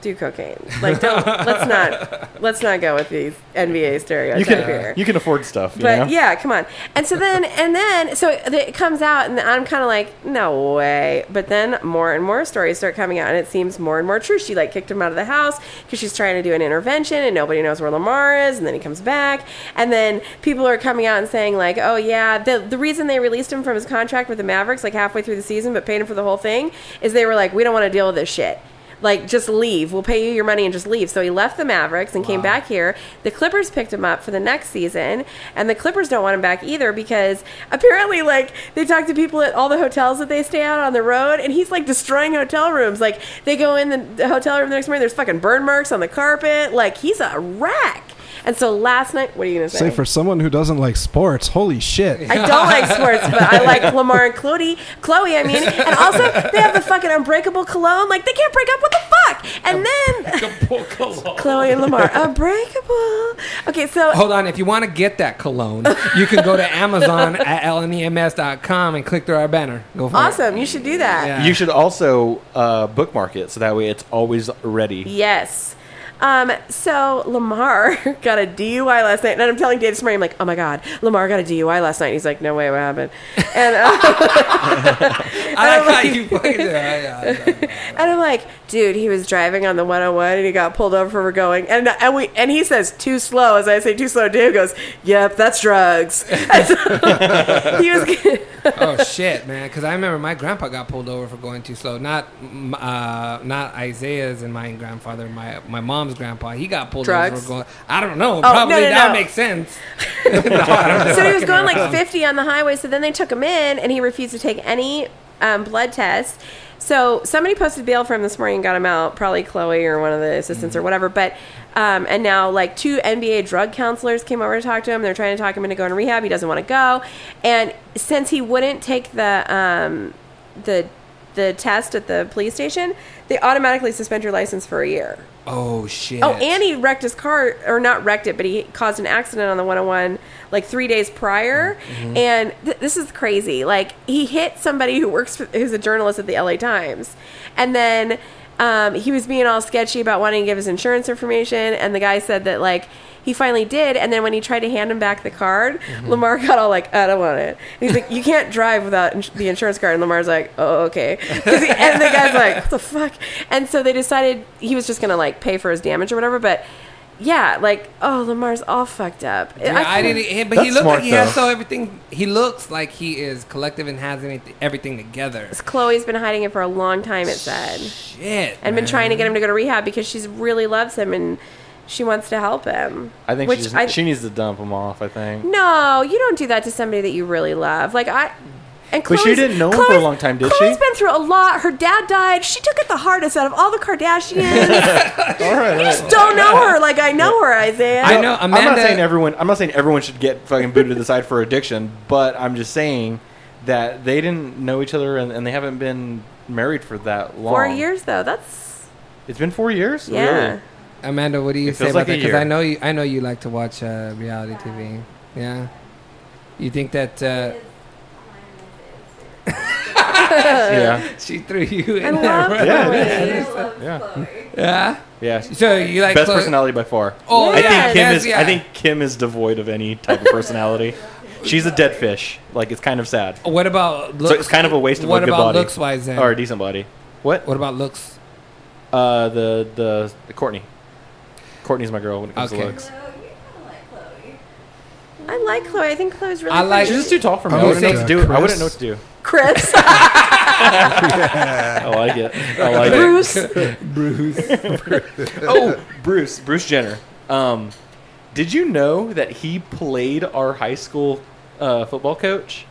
do cocaine. Like, don't. let's [LAUGHS] not. Let's not go with these NBA You stereotypes here. can you can afford stuff, you But know? yeah, come on. And so then, and then, so it comes out, and I'm kind of like, no way. But then more and more stories start coming out, and it seems more and more true. She like kicked him out of the house because she's trying to do an intervention, and nobody knows where Lamar is. And then he comes back, and then people are coming out and saying like, oh yeah, the the reason they released him from his contract with the Mavericks like halfway through the season, but paid him for the whole thing, is they were like, we don't want to deal with this shit. Like, just leave. We'll pay you your money and just leave. So he left the Mavericks and came back here. The Clippers picked him up for the next season, and the Clippers don't want him back either because apparently, like, they talk to people at all the hotels that they stay out on the road, and he's like destroying hotel rooms. Like, they go in the, the hotel room the next morning, there's fucking burn marks on the carpet. Like, he's a wreck. And so last night, what are you gonna say? Say for someone who doesn't like sports, holy shit. I don't like sports, but I like Lamar and Chloe. Chloe, I mean, and also they have the fucking unbreakable cologne. Like they can't break up. What the fuck? And then Chloe and Lamar, unbreakable. Okay, so Hold on. If you want to get that cologne, you can go [LAUGHS] to Amazon at E lnems.com and click through our banner. Go for it. awesome. You should do that. Yeah. You should also uh, bookmark it so that way it's always ready. Yes. Um, so Lamar [LAUGHS] got a DUI last night, and I'm telling Dave this morning, I'm like, "Oh my god, Lamar got a DUI last night." He's like, "No way, what happened?" And, uh, I [LAUGHS] like how you fucking yeah, yeah, yeah. and I'm like, "Dude, he was driving on the 101, and he got pulled over for going." And and we and he says too slow. As I say too slow, Dave goes, "Yep, that's drugs." [LAUGHS] And so [LAUGHS] he was. Oh shit, man! Because I remember my grandpa got pulled over for going too slow. Not m- uh, not Isaiah's and my grandfather, my my mom's grandpa. He got pulled over Drugs? for going. I don't know. no, probably no, that no. makes [LAUGHS] sense. [LAUGHS] No, I don't know. so he was going like 50 on the highway. So then they took him in, and he refused to take any um, blood tests. So somebody posted bail for him this morning and got him out, probably Chloe or one of the assistants or whatever. But um, and now like two NBA drug counselors came over to talk to him. They're trying to talk him into going to rehab. He doesn't want to go, and since he wouldn't take the um, the the test at the police station, they automatically suspend your license for a year. Oh shit! Oh, and he wrecked his car, or not wrecked it, but he caused an accident on the 101 like three days prior. And th- this is crazy. Like he hit somebody who works, for, who's a journalist at the LA Times, and then um, he was being all sketchy about wanting to give his insurance information. And the guy said that like he finally did, and then when he tried to hand him back the card, Mm-hmm. Lamar got all like, "I don't want it." And he's like, "You can't drive without ins- the insurance card." And Lamar's like, "Oh, [LAUGHS] okay." 'Cause he- and the guy's like, "What the fuck?" And so they decided he was just gonna like pay for his damage or whatever. But yeah, like, oh, Lamar's all fucked up. Yeah, I, didn't. he- But he That's looked smart, like he has though. so everything. He looks like he is collective and has anyth- everything together. Chloe's been hiding it for a long time. It said, Shit. and been trying to get him to go to rehab because she really loves him and she wants to help him. I think Which she, just, I- she needs to dump them off. I think. No, you don't do that to somebody that you really love. Like I. And But she Chloe's- didn't know him for a Chloe's- long time, did Chloe's she? been through a lot. Her dad died. She took it the hardest out of all the Kardashians. All right. all right. don't know her like I know her, Isaiah. I know I'm not Amanda- saying everyone. I'm not saying everyone should get fucking booted to the side for addiction, but I'm just saying that they didn't know each other and, and they haven't been married for that long. Four years though. That's It's been four years. yeah. Really? Amanda, what do you It say feels about like a that? Because year. I know you. I know you like to watch uh, reality TV. Yeah. You think that uh, Uh, Yeah. she threw you in I there? love right? [LAUGHS] Yeah, Chloe. Yeah. Yeah. Yeah. So you like Best Chloe- personality by far. Oh, I yeah, think Kim that's- is. yeah. I think Kim is devoid of any type [LAUGHS] of personality. She's a dead fish. Like it's kind of sad. What about looks? so it's kind of a waste of what a good about body looks wise then? or a decent body. What? what about looks? Uh, the the the Courtney. Courtney's my girl when it comes Okay. to looks. I like Chloe. I think Chloe's really. I like- She's pretty. just too tall for me. I I, would wouldn't know what say to do. I wouldn't know what Chris. to do. Chris. [LAUGHS] I like it. I like it. Bruce. Oh, Bruce. Bruce Jenner. Um, did you know that he played our high school uh, football coach,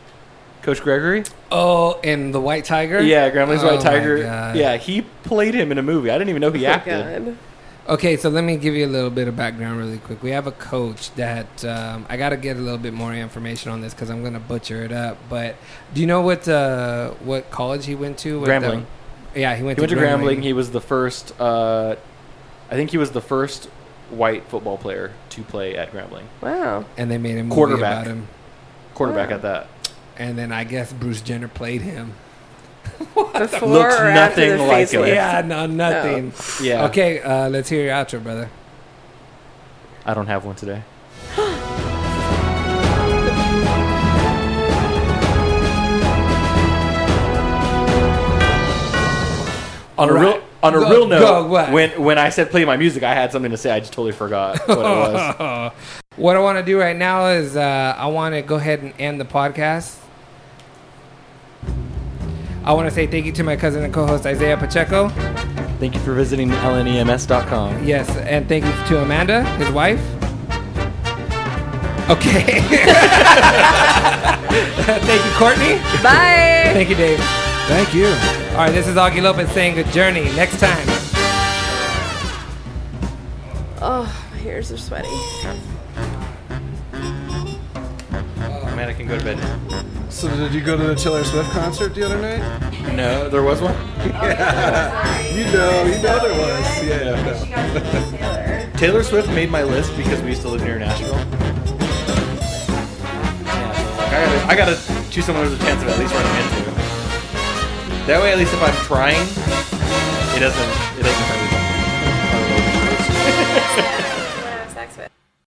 Coach Gregory? [LAUGHS] Oh, and the white tiger. Yeah, Gremlins Oh White my Tiger. God. Yeah, he played him in a movie. I didn't even know he acted. Oh God. Okay, so let me give you a little bit of background really quick. We have a coach that um, I got to get a little bit more information on this because I'm going to butcher it up. But do you know what uh, what college he went to? What Grambling. the- yeah, he went He went to to Grambling. Grambling. He was the first. Uh, I think he was the first white football player to play at Grambling. Wow. and they made a movie Quarterback. about him. Quarterback Wow. at that. And then I guess Bruce Jenner played him. Before Looks or after nothing the like facelift. it. Yeah, no, nothing. Yeah. Okay, uh, let's hear your outro, brother. I don't have one [GASPS] today. On a Right. real on a Go- real go, note, what? when when I said play my music, I had something to say. I just totally forgot [LAUGHS] what it was. What I want to do right now is uh, I want to go ahead and end the podcast. I want to say thank you to my cousin and co-host Isaiah Pacheco. Thank you for visiting E lnems.com. Yes, and thank you to Amanda, his wife. Okay. [LAUGHS] thank you, Courtney. Bye. Thank you, Dave. Thank you. All right, this is Augie Lopez saying good journey. Next time. Oh, my ears are sweaty. Man, I can go to bed. So did you go to the Taylor Swift concert the other night? No, there was one. You know, you know there was. Yeah, yeah. no. Taylor Swift made my list because we used to live near Nashville. Yeah, so it's like, I gotta, I gotta choose someone who's a chance of at least running into. That way, at least if I'm trying, it doesn't, it doesn't hurt. [LAUGHS]